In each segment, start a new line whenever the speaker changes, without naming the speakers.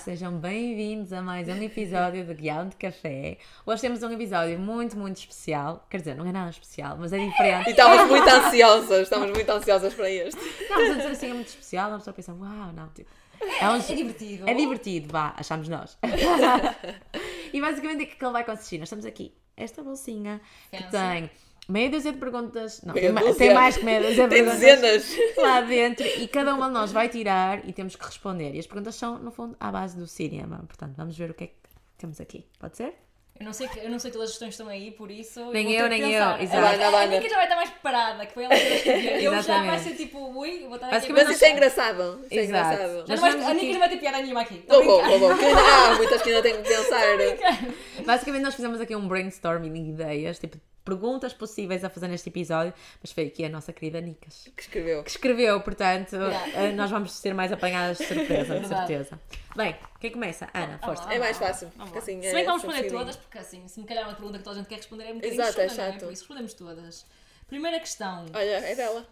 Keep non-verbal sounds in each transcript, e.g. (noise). sejam bem-vindos a mais um episódio do Guião de Café. Hoje temos um episódio muito, muito especial. Quer dizer, não é nada especial, mas é
E
diferente.
estávamos muito ansiosas, estávamos muito ansiosas para este.
Não, mas a dizer assim é muito especial, a pessoa pensa, uau, não, tipo. É, um-
É divertido.
é divertido, vá, achamos nós. e basicamente é que ele vai consistir. Nós estamos aqui, esta bolsinha que
Fancy.
tem meia dúzia de perguntas. Não,
Meia
tem ma-
dúzia.
tem mais que meia dúzia de
Tem
perguntas.
dezenas.
lá dentro e cada uma de nós vai tirar e temos que responder. E as perguntas são, no fundo, à base do cinema. Portanto, vamos ver o que é que temos aqui. Pode ser?
Eu não sei que, eu não sei que todas as questões estão aí, por isso.
Nem
vou
eu,
ter que
nem
pensar.
eu, exato.
A Nica- A
Lana,
Nica já vai estar mais preparada, que foi ela que escolheu. Eu já vai
Exatamente.
ser tipo, ui, eu vou estar aqui.
Basicamente,
Mas
nós-
isto é engraçado. Isto é
Exato.
engraçado.
Já
nós
não vai-
vamos
a
aqui-
Nica não vai ter piada nenhuma aqui. Tô
Vou, vou,
brincando.
vou, vou. Que ainda há muitas que ainda tenho que pensar.
Basicamente, nós fizemos aqui um brainstorming de ideias, tipo, perguntas possíveis a fazer neste episódio, mas foi aqui a nossa querida Nicas.
Que escreveu.
Que escreveu, portanto,
Obrigada.
eh, nós vamos ser mais apanhadas de surpresa, de
(laughs) Verdade.
certeza. Bem, quem começa? Ana,
Vamos
força.
lá,
É mais
vamos lá,
fácil,
vamos
porque
lá.
assim
Se
é
bem que vamos responder
facílimo.
todas, porque assim, se me calhar é uma pergunta que toda a gente quer responder é um bocadinho
Exato, é
chata, não
chato.
Por isso respondemos todas. Primeira questão.
Olha, é dela.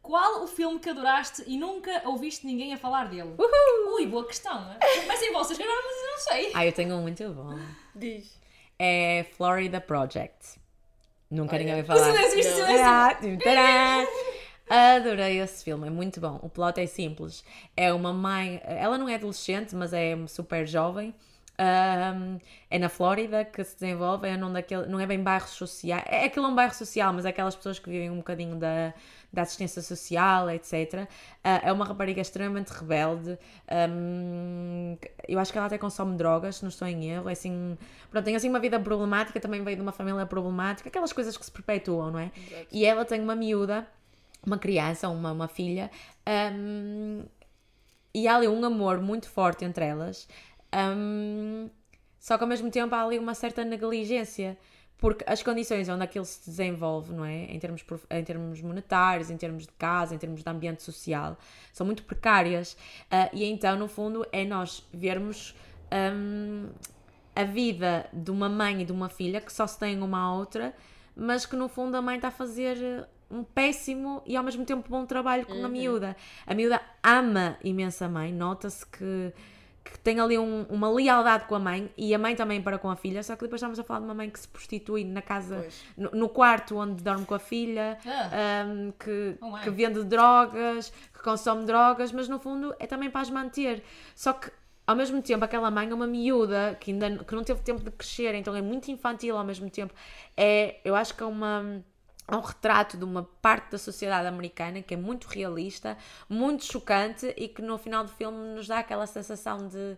Qual o filme que adoraste e nunca ouviste ninguém a falar dele?
Uhul!
Ui, boa questão. né? Comecem vocês, que agora mas eu não sei.
Ah, eu tenho um muito bom.
Diz.
É Florida Project. Nunca
Olha.
ninguém vai
(laughs) O
falar.
silêncio, isto, o
Não.
silêncio.
Tará, tum, tará. Adorei esse filme, é muito bom. O plot é simples. É uma mãe, ela não é adolescente, mas é super jovem. Ahm, é na Flórida que se desenvolve, é num daquele, não é bem bairros sociais, é aquele um bairro social, mas é aquelas pessoas que vivem um bocadinho da, da assistência social, etc. Ah, é uma rapariga extremamente rebelde. ahm, eu acho que ela até consome drogas, se não estou em erro. É assim, pronto, tem assim uma vida problemática, também veio de uma família problemática, aquelas coisas que se perpetuam, não é? E ela tem uma miúda, uma criança, uma, uma filha, hum, e há ali um amor muito forte entre elas, hum, só que ao mesmo tempo há ali uma certa negligência. Porque as condições onde aquilo se desenvolve, não é? Em termos, prof- em termos monetários, em termos de casa, em termos de ambiente social, são muito precárias. Ah, e então, no fundo, é nós vermos hum, a vida de uma mãe e de uma filha que só se têm uma à outra, mas que no fundo a mãe está a fazer eh, um péssimo e ao mesmo tempo bom trabalho com a miúda. A miúda ama imenso a mãe, nota-se que, que tem ali um- uma lealdade com a mãe e a mãe também para com a filha, só que depois estamos a falar de uma mãe que se prostitui na casa,
Pois.
no, no quarto onde dorme com a filha.
Ah.
Um, que,
Oh, uau.
que vende drogas, que consome drogas, mas no fundo é também para as manter. Só que ao mesmo tempo aquela mãe é uma miúda que ainda n- que não teve tempo de crescer, então é muito infantil ao mesmo tempo. É, eu acho que é uma é um retrato de uma parte da sociedade americana que é muito realista, muito chocante e que no final do filme nos dá aquela sensação de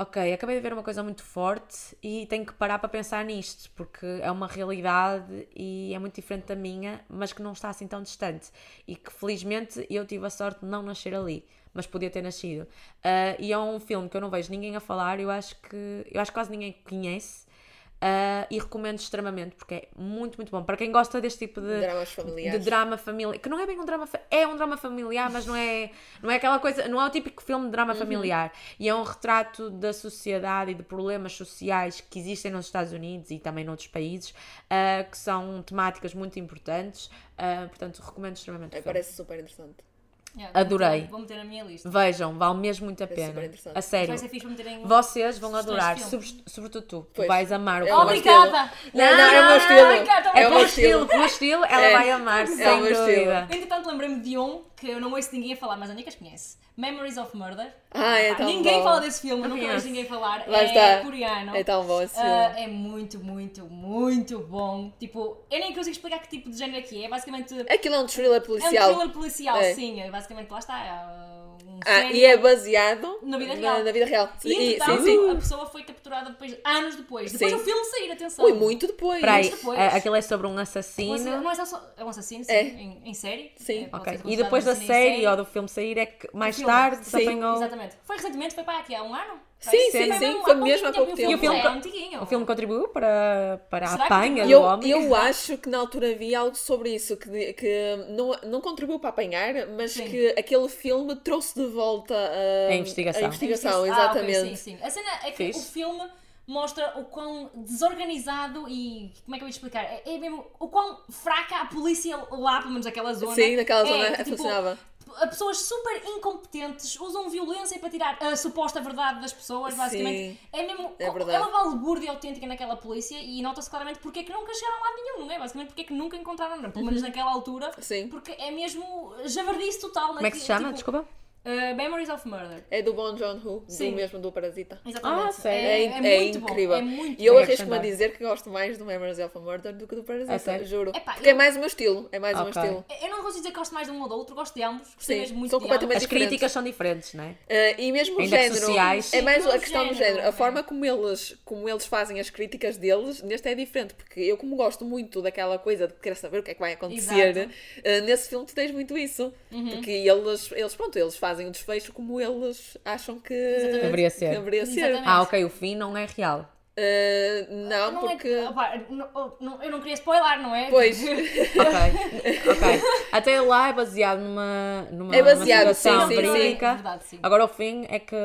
Ok, acabei de ver uma coisa muito forte e tenho que parar para pensar nisto, porque é uma realidade e é muito diferente da minha, mas que não está assim tão distante. E que felizmente eu tive a sorte de não nascer ali, mas podia ter nascido. Ah, e é um filme que eu não vejo ninguém a falar, eu acho que eu acho que quase ninguém conhece. ah, e recomendo extremamente, porque é muito, muito bom. Para quem gosta deste tipo de,
Dramas familiares.
de drama familiar, que não é bem um drama, fa- é um drama familiar, mas não
(laughs)
é, não é aquela coisa, não é o típico filme de
Uhum.
drama familiar. E é um retrato da sociedade e de problemas sociais que existem nos Estados Unidos e também noutros países, ah, que são temáticas muito importantes. ah, portanto, recomendo extremamente. o
É,
filme.
Parece super interessante.
Yeah,
Adorei.
assim. Vou meter na minha lista.
Vejam, vale mesmo muito a
Parece
pena.
super interessante.
A sério.
Vai ser é fixe para meterem.
Vocês vão
Sugestões de
adorar,
filme.
sobre- sobretudo tu. Tu
Pois.
Vais amar o
É
filme.
uma-
Obrigada!
Não, não, é o meu
Ricardo,
estilo. É o
pelo
meu
estilo,
estilo.
pelo estilo, ela
É.
vai amar, sem
meu estilo.
dúvida.
Entretanto, lembrei-me de um que eu não ouço ninguém a falar, mas a Nicas conhece: Memories of Murder.
Ah, é tão
ninguém
bom.
fala desse filme, eu nunca
conheço.
ouço ninguém falar.
Lá
é
está.
coreano.
É tão bom esse
Ah,
filme.
é muito, muito, muito bom. Tipo, eu nem consigo explicar que tipo de género aqui é. É basicamente.
Aquilo é um thriller
É um
policial.
thriller policial,
É.
sim. É basicamente, lá está. é um
Ah,
serial
e é baseado
Na vida real.
Na, na vida real.
E,
E-
entretanto,
sim, sim.
a pessoa foi capturada depois, anos depois. Depois
Sim.
do filme sair, atenção.
Ui, muito depois.
Espera aí,
depois.
a- aquilo é sobre um
Um assassino-
assassino.
Não é só- é um assassino, sim,
É.
em, em série.
Sim.
É, pode
Ok,
ser
e
considerado
depois
um
da
assassino em
série ou do filme sair é que mais
filme.
tarde se
Sim,
apanhou.
Exatamente. Foi recentemente, foi para aqui há um ano?
Sim,
Foi-
sim,
foi
sim,
mesmo
foi mesmo há pouco
E
tempo.
o filme
E o
é
filme-
antiguinho.
O filme contribuiu para, para a
Será que
apanha
tem-
do
Eu,
homem.
eu acho que na altura vi algo sobre isso, que, que não, não contribuiu para apanhar, mas
Sim.
que aquele filme trouxe de volta ah,
A investigação.
a investigação,
Ah, ok,
exatamente.
sim, sim. A cena é que
Fixe.
o filme mostra o quão desorganizado e. Como é que eu ia te explicar? É, é mesmo o quão fraca a polícia lá, pelo menos aquela zona.
Sim, naquela
é,
zona
que, tipo,
funcionava.
a pessoas super incompetentes usam violência para tirar a suposta verdade das pessoas, basicamente.
Sim,
é mesmo.
é verdade.
uma balbúrdia autêntica naquela polícia e nota-se claramente porque é que nunca chegaram lá nenhum, não é? Basicamente porque é que nunca encontraram, não, pelo menos naquela altura.
Uhum. Sim.
Porque é mesmo javardice total.
Como é que se chama?
tipo,
Desculpa.
Uh, Memories of Murder.
É do Bon John Who,
Sim.
do mesmo do Parasita.
Exatamente.
Ah, sério?
É, é muito
incrível.
bom. É muito
e eu
bom.
arrisco-me a
Acrescentar.
dizer que gosto mais do Memories of a Murder do que do Parasita,
A sério?
juro.
Epá,
Porque
eu-
é mais o meu estilo, é mais o meu
Ok.
estilo.
Eu não consigo dizer que gosto mais de um ou do outro, gosto de ambos. Gostei
Sim,
mesmo muito
são
de ambos.
completamente
As
diferentes.
críticas são diferentes, não é?
Uh, e mesmo
Ainda
o
que
género.
sociais.
É mais
Sim,
a questão
o
do
género,
género. A
é.
forma como eles, como eles fazem as críticas deles, neste é diferente, porque eu, como gosto muito daquela coisa de querer saber o que é que vai acontecer,
Exato. Uhum.
uh, nesse filme tu tens muito isso. Porque eles, eles, pronto, eles fazem o desfecho como eles acham que
Deveria ser.
que deveria ser.
Exatamente.
Ah, ok, o fim não é real.
Uh, não,
Não é-
porque.
opá, não- não- eu não queria spoiler, não é?
Pois.
Ok,
(laughs)
ok. Até lá é baseado numa, numa,
É baseado,
numa
sim,
situação
sim, É sim.
verídica.
Verdade, sim.
Agora o fim é que.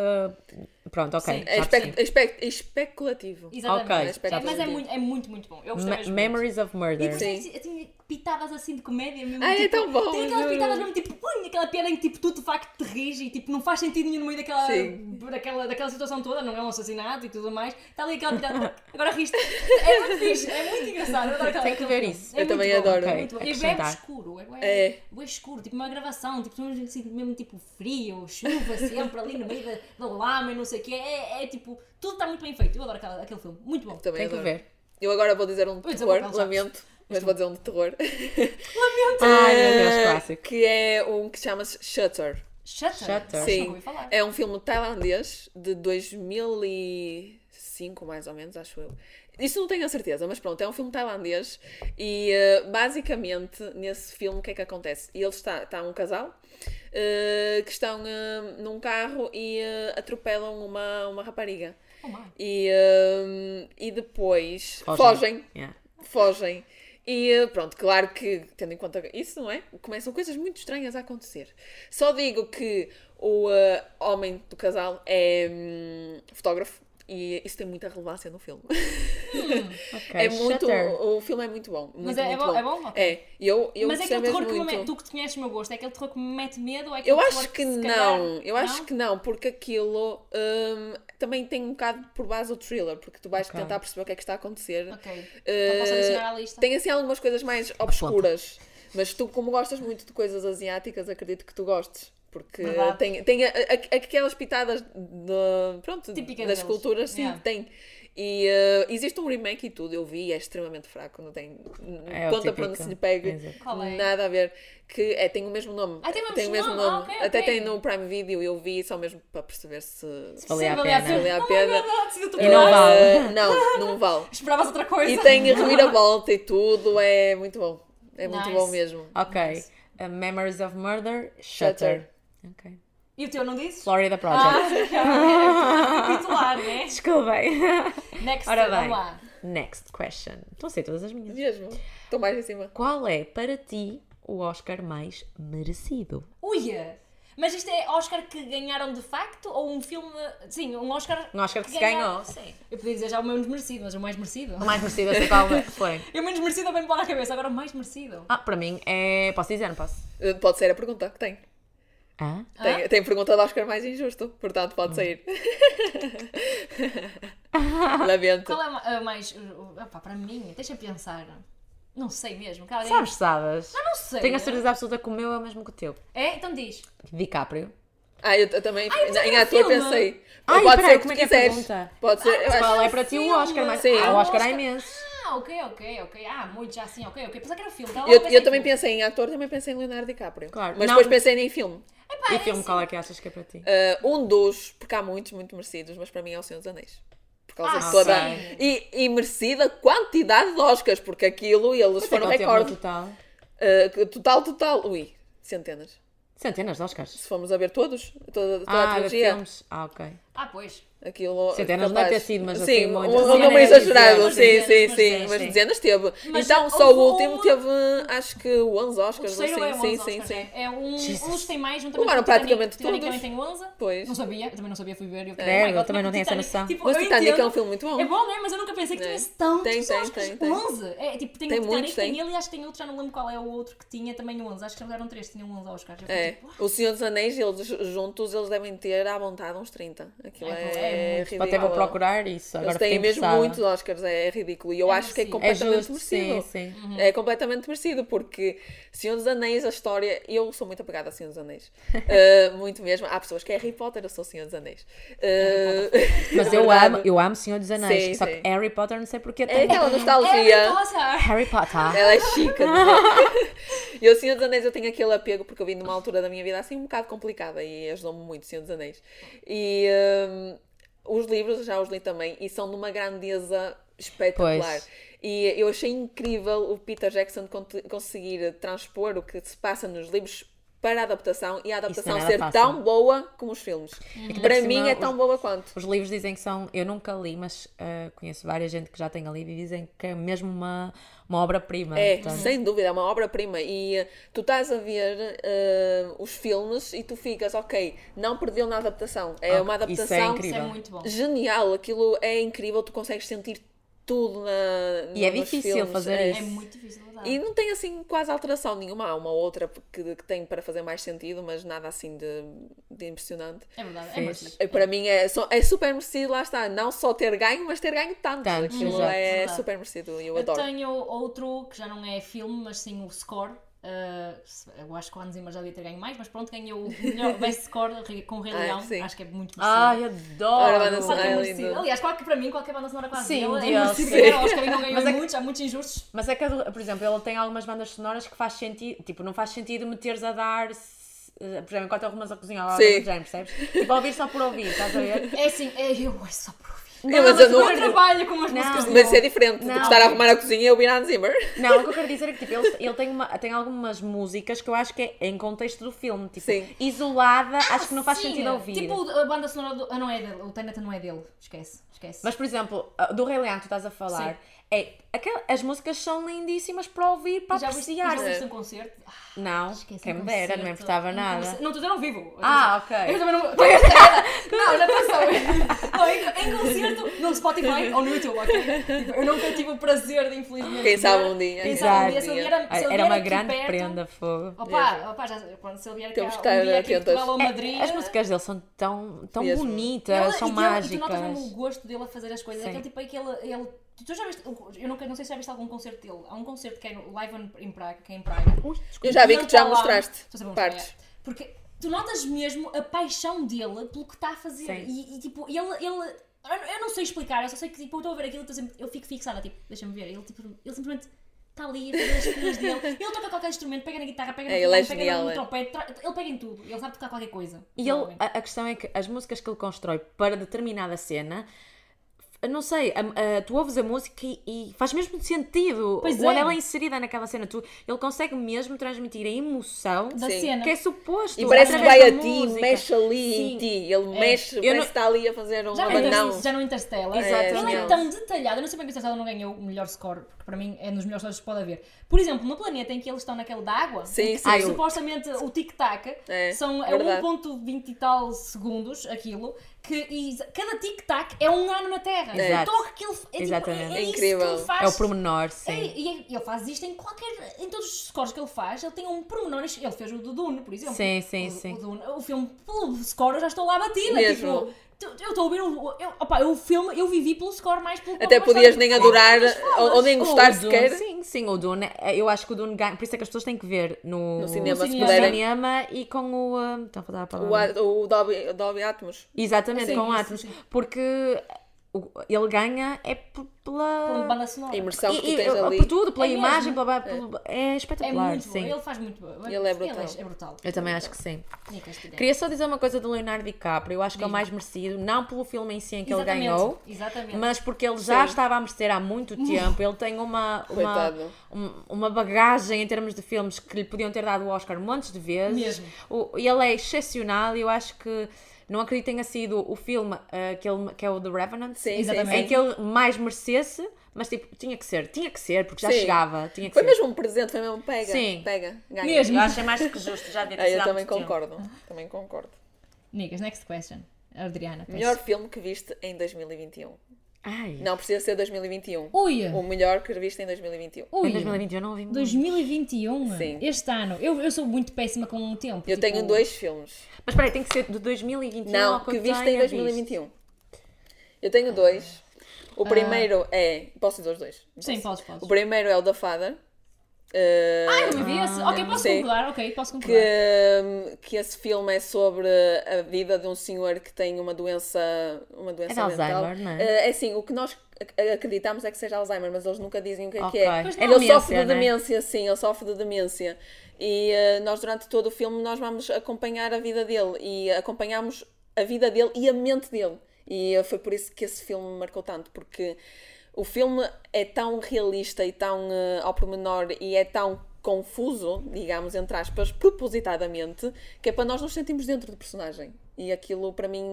Pronto, ok.
Sim.
já
É
percebi.
espe- espe- especulativo.
(laughs) Exatamente.
Ok,
É,
já
mas é
percebi.
muito, é muito, muito bom. Eu gostei
Me-
mesmo.
Memories of
muito. E
Murder.
depois
Sim.
tem- tinha pitadas assim de comédia mesmo.
Ai, é
tipo,
tão bom,
Tem aquelas
juro.
pitadas mesmo tipo, põe aquela piada em que tipo, tu de facto te rires e tipo, não faz sentido nenhum no meio daquela,
Sim.
daquela, daquela situação toda, não é um assassinato e tudo mais. Está ali aquela
(laughs)
pitada, agora riste. É muito fixe, é muito engraçado. eu adoro aquela-
Tenho que ver isso.
É
Eu
muito
também
bom,
adoro.
É muito bom. E é bué
Acrescentar.
escuro, é bué-
É.
bué escuro, tipo uma gravação, tipo, tu imagina assim, mesmo tipo frio, chuva sempre ali no meio da, da lama e não sei o quê. É, é, tipo, tudo está muito bem feito. Eu adoro aquela- aquele filme, muito bom.
Também
Tem que
adoro.
ver.
Eu agora vou dizer um de
Pois,
terror,
Isabel, já.
lamento, mas vou dizer um de terror. (laughs)
Ai, meu Deus,
Eh,
clássico.
Que é um que chama-se Shutter.
Shutter.
Shutter.
Sim.
Sim.
Não ouvi falar.
É um filme tailandês de 2005, mais ou menos, acho eu. Isso não tenho a certeza, mas pronto, é um filme tailandês e eh, basicamente nesse filme o que é que acontece? Ele está, está um casal eh, que estão eh, num carro e eh, atropelam uma, uma rapariga.
Oh, my.
E, eh, e depois fogem
Yeah.
fogem. E eh, pronto, claro que, tendo em conta isso, não é? Começam coisas muito estranhas a acontecer. Só digo que o eh, homem do casal é hum, fotógrafo e isso tem muita relevância no filme.
Ok,
É muito,
Shutter.
o filme é muito bom. Muito,
Mas é- é
muito
bom- é bom? Ok.
É, e eu, eu
Mas é
gostei
aquele terror
mesmo
que me
muito.
mete, tu que te conheces o meu gosto, é aquele terror que me mete medo? ou É aquele
Eu
terror
acho que
se
não,
calhar-
eu acho que não, porque aquilo hum, também tem um bocado por base o thriller, porque tu vais
Ok.
tentar perceber o que é que está a acontecer.
Ok. Então posso adicionar à
Uh,
lista?
tem assim algumas coisas mais obscuras, mas tu, como gostas muito de coisas asiáticas, acredito que tu gostes. Porque
Verdade.
tem, tem a- a- aquelas pitadas de- pronto,
Típicas
das
deles.
culturas, sim,
Yeah.
tem. E uh, existe um remake e tudo, eu vi, é extremamente fraco, não tem
É o
conta
típico.
para onde se lhe pegue,
Exato.
Qual é?
nada a ver. Que é, tem o mesmo nome.
Ah, tem o mesmo nome? Ah, ok,
Até
ok.
tem no Prime Video, eu vi só mesmo para perceber se.
Se valia
Sim,
a
valia
pena.
Vale a
a Oh my
pena.
God, decidiu tu
E não
Uh,
parar.
vale.
Não, não vale.
Esperavas outra coisa.
E tem a reviravolta e tudo, é muito bom. É muito
Nice.
bom mesmo.
Ok. Uh, Memories of Murder, Shutter. Ok.
E o teu não disse?
Florida
Ah,
Project.
ok, ok. Titular, né?
Desculpem.
Next,
Ora
vamos
bem.
lá.
Next question. Estão a ser todas as minhas.
Mesmo. Estou mais em cima.
Qual é para ti o Oscar mais merecido?
Uia! Mas isto é Oscar que ganharam de facto ou um filme. Sim, um Oscar.
Um Oscar que se
ganharam-
ganhou, sim.
Eu podia dizer já o menos merecido, mas o mais merecido.
O mais merecido eu sei qual é, foi.
E o menos merecido também me pode à cabeça, agora o mais merecido.
Ah, para mim é. Posso dizer, não posso?
Eh, Pode ser a pergunta que tem.
Ah?
Tem, tem pergunta do Oscar mais injusto, portanto pode sair. (laughs) Lamento.
Qual é ma- a mais. uh, opá, para mim, deixa eu pensar. Não sei mesmo, cara. é-
Sabes, sabes.
Eu não sei.
Tenho a certeza absoluta que o meu é o mesmo que o teu.
É? Então diz.
DiCaprio.
Ah, eu, eu também
pensei
em
que era
ator
filme.
pensei.
Ai,
pode
peraí,
ser o que
como
tu
é que é a
quiseres.
pergunta?
Pode ser. eu acho-
Qual é para ti o Oscar mais.
Sim.
Ah, o
Ah, o
Oscar há
Oscar.
imensos.
Ah, ok, ok, ok. Ah, muito já assim, ok, ok. Pensava que era filme. Então,
eu,
logo
eu
pensei em
também
filme.
pensei em ator, também pensei em Leonardo DiCaprio.
Claro.
Mas
Não.
depois pensei em filme.
e filme qual é que achas que é para ti?
Eh, um dos, porque há muitos muito merecidos, mas para mim é o Senhor dos Anéis. Por causa
Ah,
de toda
sim.
e, e merecida quantidade de Oscars, porque aquilo eles foram
Quanto é que ele teve
recorde.
no total.
Eh, que total, total, ui, centenas.
Centenas de Oscars.
Se formos a ver todos, toda, toda a
Ah, de
trilogia.
filmes. Ah, ok.
Ah, pois.
Aquilo,
Sim, até não deve ter sido, mas assim,
sim, um,
uma-
um
sim,
número
era
exagerado,
dezenas,
sim, sim,
dezenas,
sim,
mas
mas
sim.
dezenas teve.
Mas
então,
já
só o
houve
último
uma-
teve, acho que 11
O
Oscars,
terceiro é
assim,
11
sim,
Oscars,
sim,
não
sim.
é? É um,
Jesus.
uns tem mais, um também
Levaram
tem o Titanic.
praticamente
Titanic
todos.
também tem 11.
Pois.
Não sabia, eu também não sabia, fui ver. Eu,
É,
oh my
eu também
God, como
não
é que
tenho essa
Titanic-
noção.
Tipo,
Mas
eu
Titanic é um
entendo.
filme muito bom.
É bom, né? Mas eu nunca pensei que
Tem.
tivesse tantos.
Tem, tem,
acho que
tem, tem.
11. É, tipo, tem,
Tem
o Titanic,
muitos,
tem
tem.
ele e acho que tem outro, já não lembro qual é o outro que tinha também 11. Acho que eles eram 3, tinham 11 aos caras. Eu fiquei
É.
tipo, "Uau."
O Senhor dos Anéis, eles juntos, eles devem ter à vontade uns 30. Aquilo
É,
é,
é muito.
ridículo.
Até vou procurar isso. Agora
Eles têm
fiquei
mesmo
interessada.
muitos Oscars, é, ridículo. E eu
É
acho que é
merecido.
É
completamente
justo, sim,
merecido.
sim.
É completamente merecido, porque Senhor dos Anéis, a história. Eu sou muito apegada a Senhor
(laughs)
dos Anéis. Uh, muito mesmo. Há pessoas que é Harry Potter, eu sou Senhor dos Anéis. Uh,
É Mas
é (laughs)
eu
verdade.
amo, eu amo Senhor dos Anéis.
Sim,
só
sim.
que Harry Potter não sei porquê
É
também.
aquela
É,
nostalgia.
nossa!
Harry Potter.
(laughs) Ela é chica. não é? e o Senhor dos Anéis eu tenho aquele apego porque eu vim numa altura da minha vida assim um bocado complicada e ajudou-me muito o Senhor dos Anéis. E hum, os livros já os li também e são de uma grandeza espetacular.
Pois.
E eu achei incrível o Peter Jackson conte- conseguir transpor o que se passa nos livros para a adaptação e a adaptação
nada
ser
passa.
tão boa como os filmes.
que
Para
ainda por
mim
cima
é tão boa quanto.
Os livros dizem que são. Eu nunca li, mas ah, conheço várias gente que já tenha lido e dizem que é mesmo uma, uma obra-prima. Então,
É,
portanto.
sem dúvida, é uma obra-prima. E eh, tu estás a ver eh, os filmes e tu ficas, ok, não perdeu na adaptação. É
Ah,
uma
isso é
adaptação
Isso
incrível.
é muito bom.
genial, aquilo é incrível, tu consegues sentir tudo na,
E é
nos
difícil
filmes,
fazer
é.
isso.
É muito difícil de dar.
E não tem assim quase alteração nenhuma, há uma outra que, que tem para fazer mais sentido, mas nada assim de, de impressionante.
É verdade, é
Fez.
merecido.
E Para mim é, só- é super merecido, lá está, não só ter ganho, mas ter ganho tanto.
Tanto,
Aquilo
exato.
é
Verdade. Então,
super merecido e eu,
Eu
adoro.
tenho outro que já não é filme, mas sim o score. Uh, eu acho que o Hans Zimmer já devia ter ganho mais, mas pronto, ganhou o melhor best score com o Rei
Ah,
Leão.
sim.
Acho que é muito
Ai,
merecido.
assim. Ora, banda
adoro!
Só que é
Ai,
merecido.
lindo.
Aliás, qualquer, para mim, qualquer banda sonora quase
Sim,
dele é
Deus,
merecido
sim.
ganhar. Acho que não ganhou
Mas é que-
muitos, há muitos injustos.
Mas é que, por exemplo, ele tem algumas bandas sonoras que faz sentido, tipo, não faz sentido meteres a dar, se- eh, por exemplo, enquanto arrumas a cozinha, ou algo
Sim.
do género, percebes? Tipo, ouvir só por ouvir, estás a ver?
É assim, é, eu é só por ouvir.
Não, mas eu
Eu
não-
trabalho com umas
Não.
músicas
Mas
dele.
é diferente,
Não.
tipo, estar a arrumar a cozinha e ouvir Hans Zimmer.
Não, o que eu quero dizer é que, tipo, ele, ele tem, uma, tem algumas músicas que eu acho que é em contexto do filme, tipo,
Sim.
isolada, acho que não faz
Ah, Sim,
sentido ouvir.
Tipo a banda sonora do. Ah, não é dele. O Tenet não é dele. Esquece, esquece.
Mas, por exemplo, a- do Rei Leão que tu estás a falar, é, aquel- as músicas são lindíssimas para ouvir, para
já viste já
apreciar.
viste um concerto? Ah,
Não,
esquece,
quem
um
me dera, é não me
concerto,
importava
um
nada.
concerto- Não, tu deram vivo.
Ah, ok.
Eu também não. Estou estrada! Não, já (laughs) pensou. Não, em, em concerto, no Spotify ou no YouTube, ok? Tipo, Eu nunca tive o prazer de, infelizmente.
Quem sabe
ver.
um dia.
Quem
Exato.
sabe um dia. Se ele vier, a- se ele
Era
vier
uma
aqui
grande
perto,
prenda, fogo.
Opa, opa, já, quando se ele vier
Temos
cá,
que
um
estar
dia aqui em
atentas.
Portugal ou
É,
Madrid.
as músicas dele são tão, tão
Mesmo.
bonitas,
Ela-
são
e tu- E tu notas mesmo o
mágicas.
gosto dele a fazer as coisas.
Sim.
Aquele tipo, aquele. Ele, tu- tu já viste. Eu não, não sei se já viste algum concerto dele. Há um concerto que é no Live on- em Praga, que é em Praga.
Eu já vi
Ele
que tu já
tá lá.
mostraste
Estou a saber
partes.
mostrar, é. Porque tu notas mesmo a paixão dele pelo que está a fazer.
Sim.
E, e, tipo, ele. ele eu eu não sei explicar, eu só sei que tipo, eu estou a ver aquilo e estou sempre- eu fico fixada, tipo, deixa-me ver. Ele, tipo, ele simplesmente está ali a fazer as coisas
(laughs)
dele. Ele toca qualquer instrumento, pega na guitarra, pega no
É, ele é
violão, pega
genial,
no
é.
trompete, tra- ele pega em tudo. Ele sabe tocar qualquer coisa.
E ele,
provavelmente.
a, a questão é que as músicas que ele constrói para determinada cena, eu não sei, a- a- tu ouves a música e, e faz mesmo sentido.
Pois
Quando
é.
ela é inserida naquela cena, tu, ele consegue mesmo transmitir a emoção
da
Sim.
cena.
que é suposto.
E parece que
através
vai a
da
ti,
música.
mexe ali
Sim.
em ti. Ele mexe, parece
não-
que está ali a fazer um
Já não,
abanão.
interstellar já não Interstellar.
É,
ele é
genial.
tão detalhado. Eu não sei bem que o Interstellar não ganhou o melhor score, porque para mim é dos melhores scores que pode haver. Por exemplo, no planeta em que eles estão naquele d'água,
Sim, sim.
Ah, eu-
supostamente o tic-tac
É,
são é
verdade.
1.20 e tal segundos aquilo que e cada tic-tac é um ano na Terra
É.
o toque que ele é, tipo,
Exatamente.
é, é isso
Incrível.
que ele faz
É o pormenor,
É,
sim.
e e ele faz isto em qualquer em todos os scores que ele faz ele tem um pormenor ele fez o do Dune por exemplo
Sim, sim,
o,
sim.
o Dune, o filme pelo score eu já estou lá batida
Mesmo.
tipo tu- eu estou a ouvir o, eu, opa, eu, o filme eu vivi pelo score mais pelo
Até
pela
podias
história.
nem
É,
adorar
mas falas.
ou, ou nem
O
gostar
Dune,
sequer.
Sim, sim, o Dune. Eu acho que o Dune ganha. Por isso é que as pessoas têm que ver no,
No cinema,
no
se
cinema.
puderem.
e com o. hum, Estão a falar a
O,
palavra.
a- o Dolby, o Dolby Atmos.
Exatamente,
Sim,
com
sim,
átomos.
sim.
Porque o- ele ganha é p-
Pela
pela.
banda sonora
A
E-
imersão que tu
e-
tens ali.
por tudo, pela
É
imagem,
mesmo?
pela, pela- é
é
espetacular.
muito
sim.
bom ele faz muito bom
Ele é brutal.
ele é brutal
Eu também acho que sim.
Nicolas Cage.
Queria só dizer uma coisa do Leonardo DiCaprio, eu acho que é o
É. Diz-me.
mais merecido, não pelo filme em si em que
Exatamente,
ele ganhou,
exatamente
mas porque ele já
Sim.
estava a merecer há muito tempo. Ele tem uma, uma,
Coitado.
um- uma bagagem em termos de filmes que lhe podiam ter dado o Oscar montes de vezes.
Mesmo.
O- ele é excepcional e eu acho que não acredito que tenha sido o filme ah, aquele, que é o The Revenant,
Sim,
Exatamente.
em que ele mais merecesse, mas tipo, tinha que ser, tinha que ser, porque já
Sim.
chegava, tinha que
Foi
ser.
mesmo um presente, foi mesmo pega,
Sim.
pega, ganha.
Mesmo.
Eu achei mais que justo, já devia ter
Ah,
sido
eu
há
também
muito tempo.
concordo, também concordo.
Niggas, next question. Adriana, peço.
Melhor filme que viste em 2021.
Ai,
Não precisa ser 2021.
Ui!
O melhor que viste em 2021.
Ui!
em 2021 não ouvi um, muito.
2021?
Sim.
Este ano. Eu, eu sou muito péssima com o tempo.
Eu
tipo,
tenho dois filmes.
Mas peraí, tem que ser de 2021
Não,
ao
que
eu
viste em
tenha
2021. Eu tenho dois. O primeiro é. Posso dizer os dois?
Sim,
Posso?
podes, podes.
O primeiro é o da Father. eh,
Ah, eu me vi esse. Ok, posso
Sim.
concordar, ok, posso concordar.
que, que esse filme é sobre a vida de um senhor que tem uma doença, uma doença
É de
mental.
Alzheimer, não é?
Eh, É assim, o que nós ac- acreditamos é que seja Alzheimer, mas eles nunca dizem o que é
Ok.
que é.
Pois
não.
ele
Demência,
sofre de
não é?
demência, sim, ele sofre de demência. E eh, nós durante todo o filme nós vamos acompanhar a vida dele e acompanhamos a vida dele e a mente dele. E eh, foi por isso que esse filme me marcou tanto, porque o filme é tão realista e tão eh, ao pormenor e é tão confuso, digamos, entre aspas, propositadamente, que é para nós nos sentirmos dentro do personagem. E aquilo, para mim,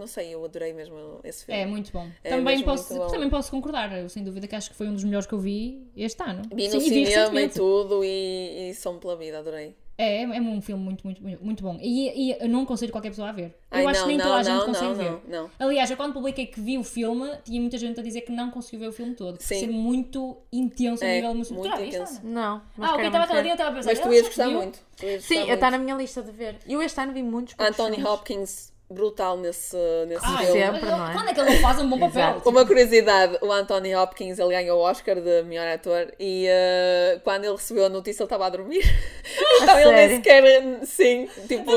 não sei, eu adorei mesmo esse filme.
É muito bom.
É
também,
mesmo
posso,
muito bom.
também posso concordar, eu, sem dúvida que acho que foi um dos melhores que eu vi este ano.
Vi no
e vi
cinema e
recentemente.
tudo e, e som pela vida, adorei.
É, é um filme muito, muito, muito, muito bom. E, e eu não aconselho qualquer pessoa a ver. Eu
Ai, não,
acho que nem
não,
toda a gente
não,
consegue
não,
ver.
não, não.
Aliás, eu quando publiquei que vi o filme, tinha muita gente a dizer que não conseguiu ver o filme todo. Por
Sim.
ser muito intenso a
É,
nível emocional. Tu já
muito
viste,
intenso.
Ana?
Não. mas
Ah, ok,
quero
estava
muito
aquela
ver.
dia, eu estava a pensar.
Mas tu
ele
ias
já
gostar
viu? tá
muito. tu ias
Sim,
gostar
eu está na
muito.
minha lista de ver. Eu este ano vi muitos poucos
Anthony
filmes.
Hopkins, brutal nesse, nesse
Ah,
filme.
sempre,
eu-
não é?
Quando é que ele não faz um bom papel?
Exato.
Uma curiosidade, o Anthony Hopkins, ele ganhou o Oscar de melhor ator e eh, quando ele recebeu a notícia ele estava a
(laughs)
dormir. então ele nem
sério?
sequer, sim, tipo,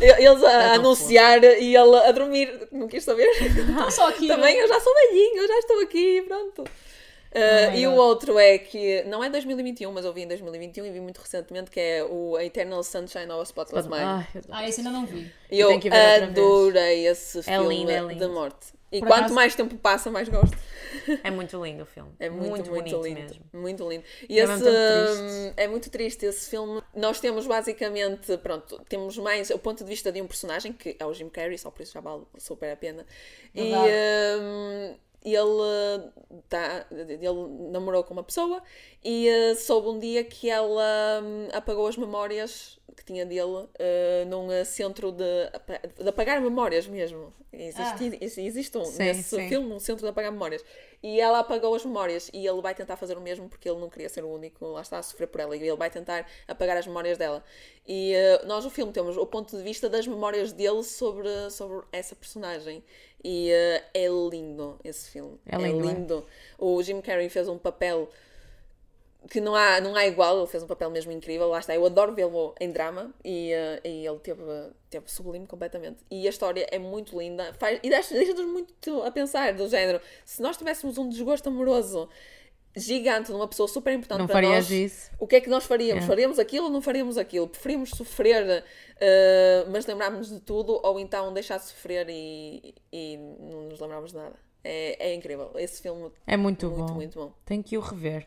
eles a
tão
anunciar e ele a dormir, não quis saber.
Não só aqui. né?
Também eu já sou velhinho, eu já estou aqui, pronto. Uh,
Oh my
e o
God.
outro é que não é 2021, mas eu vi em 2021 e vi muito recentemente que é o Eternal Sunshine of a Spotless Mind.
Ai, eu-
Ah, esse ainda não vi.
e eu
tenho que ver outra vez.
adorei esse filme
lindo, é lindo.
de morte. E
Por
quanto
acaso-
mais tempo passa, mais gosto.
É muito lindo o filme.
É muito, muito,
bonito
lindo.
mesmo.
Muito lindo. E
É
esse
mesmo tão triste.
hum, é muito triste esse filme. Nós temos basicamente, pronto, temos mais o ponto de vista de um personagem que é o Jim Carrey, só por isso já vale super a pena. E
Verdade.
hum, ele, tá, ele namorou com uma pessoa e eh, soube um dia que ela hum, apagou as memórias que tinha dele eh, num eh, centro de, apa- de apagar memórias mesmo. Existe, existe um,
Ah. Sim,
nesse
sim.
filme, um centro de apagar memórias. E ela apagou as memórias e ele vai tentar fazer o mesmo porque ele não queria ser o único, lá está a sofrer por ela. E ele vai tentar apagar as memórias dela. E eh, nós no filme temos o ponto de vista das memórias dele sobre, sobre essa personagem. E eh, é lindo esse filme.
É lindo, é?
lindo. O Jim Carrey fez um papel que não há, não há igual, ele fez um papel mesmo incrível, lá está, eu adoro vê-lo em drama e, eh, e ele teve, teve sublime completamente. E a história é muito linda faz, e deixa- deixa-nos muito a pensar do género, se nós tivéssemos um desgosto amoroso gigante numa pessoa super importante
Não
para
farias
nós,
isso?
o que é que nós faríamos?
É.
Faríamos aquilo ou não faríamos aquilo? Preferimos sofrer, eh, mas lembrarmos de tudo ou então deixar de sofrer e, e não nos lembrarmos de nada. É, é incrível, esse filme
É muito,
muito,
bom.
muito bom.
Tenho que o rever.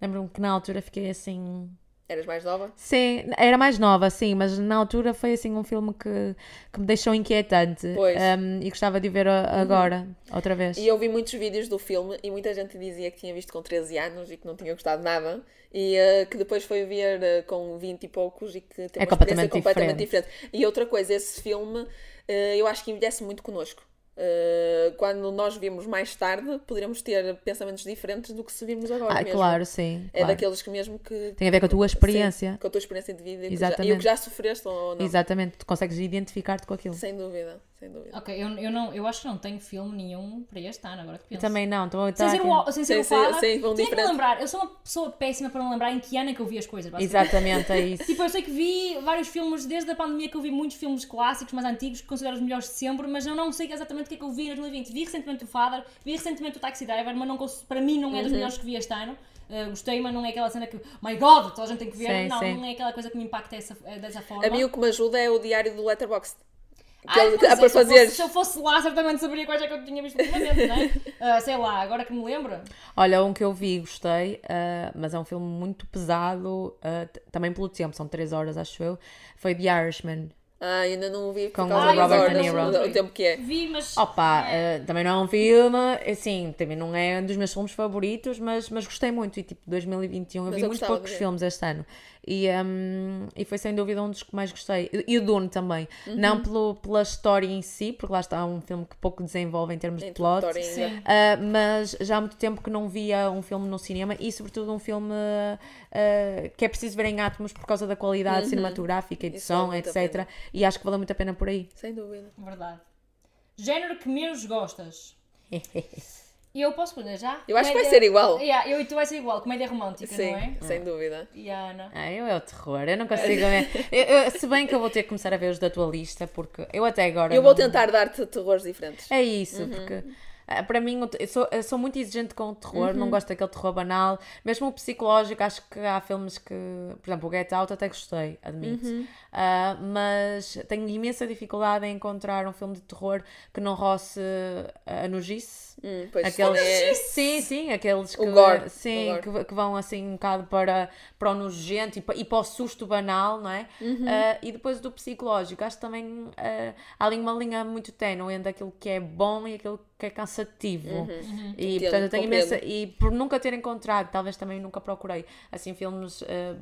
Lembro-me que na altura fiquei assim.
Eras mais nova?
Sim, era mais nova, sim, mas na altura foi assim um filme que, que me deixou inquietante.
Pois. Uhum.
hum, e gostava de o ver a- agora, outra vez.
E eu vi muitos vídeos do filme e muita gente dizia que tinha visto com 13 anos e que não tinha gostado nada e eh, que depois foi ver eh, com 20 e poucos e que tem uma
É completamente
experiência completamente diferente. E outra coisa, esse filme eh, eu acho que envelhece muito connosco. Eh, quando nós vimos mais tarde, poderíamos ter pensamentos diferentes do que se vimos agora.
Ah,
mesmo.
claro, sim.
É
claro.
daqueles que mesmo que.
Tem a ver com a tua experiência.
Sim, com a tua experiência de vida e, que já- e o
Exatamente.
que já sofreste ou não.
Exatamente, tu consegues identificar-te com aquilo.
Sem dúvida, sem dúvida.
Ok, eu, eu, não, eu acho que não tenho filme nenhum para este ano, agora que
Eu
penso.
também não, estou a
Sem ser um o, sem ser
Sem
o
ser-
Fala,
sem
tinha
filme
que me
diferente.
lembrar. Eu sou uma pessoa péssima para me lembrar em que ano é que eu vi as coisas. basicamente.
Exatamente,
(laughs)
é isso.
Tipo, eu sei que vi vários filmes desde a pandemia que eu vi muitos filmes clássicos, mais antigos, que considero os melhores de sempre, mas eu não sei exatamente o que é que eu vi em 2020. Vi recentemente o Father, vi recentemente o Taxi Driver, mas não cons- para mim não
Uhum.
é dos melhores que vi este ano. Uh, gostei, mas não é aquela cena que, my god, toda a gente tem que ver.
Sim,
não,
sim.
não é aquela coisa que me impacta essa- eh, dessa forma.
A mim o que me ajuda é o diário do Letterboxd.
Ah,
Aquele-
pois é,
é para
se eu fosse-
fazeres.
Se eu fosse lá, certamente saberia quais é que eu tinha visto ultimamente, não é?
(laughs)
Ah, sei lá, agora que me lembro.
Olha, um que eu vi e gostei, ah, mas é um filme muito pesado, ah, t- também pelo tempo, são 3 horas, acho eu. Foi The Irishman.
Ah, ainda não o vi.
Com
por
o
causa das
Robert
horas,
De Niro.
do- do tempo que é.
Vi, mas.
Opa, eh, também não é um filme, assim, também não é um dos meus filmes favoritos, mas, mas gostei muito. E tipo, 2021, eu
Mas
vi
eu
muito
gostava de
poucos
ver.
filmes este ano. E, hum, e foi sem dúvida um dos que mais gostei. E, e o Dune também.
Uhum.
Não pelo, pela história em si, porque lá está um filme que pouco desenvolve em termos de plot.
Introdutória ainda.
Sim.
Ah, mas já há muito tempo que não via um filme no cinema e, sobretudo, um filme ah, que é preciso ver em átomos por causa da qualidade cinematográfica e de
Uhum. Isso vale
som,
muito a
etc.
pena.
E acho que valeu muito a pena por aí. (laughs)
Sem dúvida.
Verdade. Género que menos gostas. E eu posso responder já?
Eu acho que vai
Comédia-
ser igual.
Yeah, eu e tu vai ser igual. Comédia romântica,
Sim,
não é?
sem dúvida.
E a Ana.
Ah, eu é o terror, eu não consigo
(laughs)
ver. Eu- eu- se bem que eu vou ter que começar a ver os da tua lista, porque eu até agora.
Eu vou
não-
tentar Uhum. dar-te terrores diferentes.
É isso, porque ah, para mim o te- eu sou, eu sou muito exigente com o terror,
Uhum.
não gosto daquele terror banal, mesmo o psicológico, acho que há filmes que, por exemplo, o Get Out até gostei, admito.
Uhum.
Ah, mas tenho imensa dificuldade em encontrar um filme de terror que não roce a nojice.
Hum, pois
Aqueles,
é-
sim, sim, aqueles que,
O gore,
sim,
o gore.
que que, que vão assim um bocado para, para o nojento e pa- e para, o susto banal, não é?
Uhum.
Ah, e depois do psicológico, acho que também ah, há ali uma linha muito ténue entre aquilo que é bom e aquilo que é cansativo. E
Uhum. Entendo,
portanto eu tenho imensa.
compreendo.
E por nunca ter encontrado, talvez também nunca procurei, assim, filmes. ah,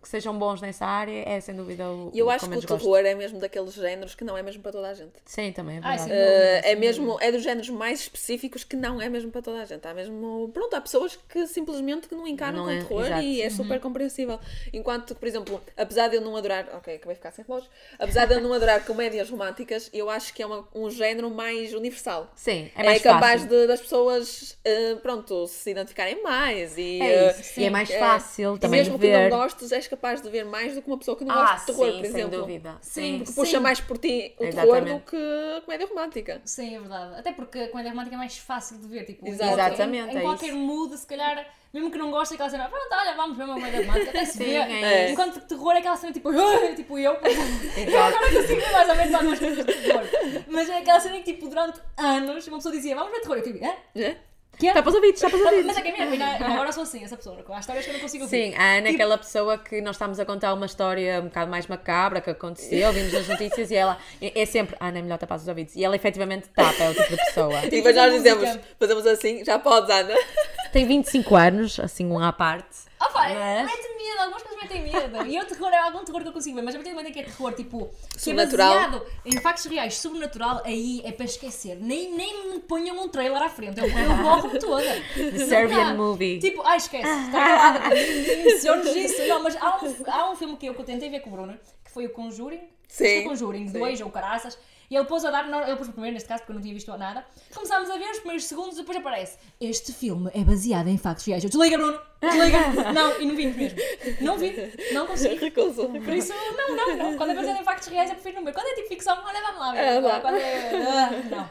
que sejam bons nessa área é sem dúvida o
E eu
o
acho que o
menos
terror
gosto.
é mesmo daqueles géneros que não é mesmo para toda a gente.
Sim, também é
Ah,
verdade.
sim.
Eh, é mesmo, é dos géneros mais específicos que não é mesmo para toda a gente. Há mesmo, pronto, há pessoas que simplesmente que não encaram
Não
com
é,
o terror
exato.
e
Uhum.
é super compreensível. Enquanto, por exemplo, apesar de eu não adorar, ok, acabei de ficar sem relógio, apesar de eu não adorar comédias românticas, eu acho que é uma- um género mais universal.
Sim, é
É,
mais
capaz
fácil.
de- das pessoas, eh, pronto, se identificarem mais e...
É
eh,
isso. E é mais
é.
fácil
e
também
mesmo que
ver.
não gostes, és capaz de ver mais do que uma pessoa que não
ah,
gosta de terror,
sim,
por exemplo.
sem dúvida.
Sim,
Porque puxa mais por ti o terror
Exatamente.
do que a comédia romântica.
Sim, é verdade. Até porque a comédia romântica é mais fácil de ver. Tipo, em
Exato.
qualquer-
Exatamente,
Em,
é
qualquer
isso.
mood, se calhar, mesmo que não goste daquela cena, pronto, olha, vamos ver uma comédia romântica. Até se
Sim,
vê.
é isso.
Enquanto que terror é aquela cena tipo, "Ai", tipo
(laughs)
eu. por exemplo. Eu
Exato.
agora consigo ver mais ou menos algumas coisas de terror. Mas é aquela cena em que, tipo, durante anos, uma pessoa dizia, vamos ver terror. Eu tipo, hã?
né?
Que é?
Está para os ouvidos, (laughs) está para os ouvidos.
Mas é que a minha, eu ainda- eu agora sou assim, essa pessoa. Há histórias que eu não consigo ouvir. Tipo,
Sim, a Ana é aquela pessoa que nós estamos a contar uma história um bocado mais macabra que aconteceu, vimos nas notícias e ela é é sempre, "Ah, Ana, é melhor tapar os ouvidos. E ela efetivamente tapa, é o tipo de pessoa.
E depois nós
fazer
dizemos,
música.
fazemos assim, já podes, Ana. (laughs)
Tem 25 anos, assim, um à parte.
Ah, pá,
Mas-
mete medo, algumas coisas metem medo. E eu terror é algum terror que eu consigo ver, mas a partir do momento em que é terror, tipo, que é
Sobrenatural.
baseado em factos reais, sobrenatural, aí é para esquecer. Nem, nem me ponham um trailer à frente, eu, eu morro toda.
(laughs) Serbian
Ah,
movie.
Tipo, ah, esquece, está
(laughs)
acabada, iniciou-nos isso. Não, mas há um, há um filme que eu, que eu tentei ver com o Bruno, que foi o Conjuring.
Sim.
Acho que é o Conjuring,
Sim.
do Age ou Caraças. E ele pôs a dar, não, ele pôs o primeiro neste caso, porque eu não tinha visto nada. Começámos a ver os primeiros segundos e depois aparece. Este filme é baseado em factos reais. Eu desliga, Bruno!
(laughs)
Desliga! não, e não vimos mesmo. Não vi, não consegui.
Recuso.
Uhum.
Por isso, não, não, não. Quando é baseado em factos reais, eu prefiro não ver. Quando é tipo ficção, olha, vamos lá ver.
É, vá.
Agora, quando é. ah, não.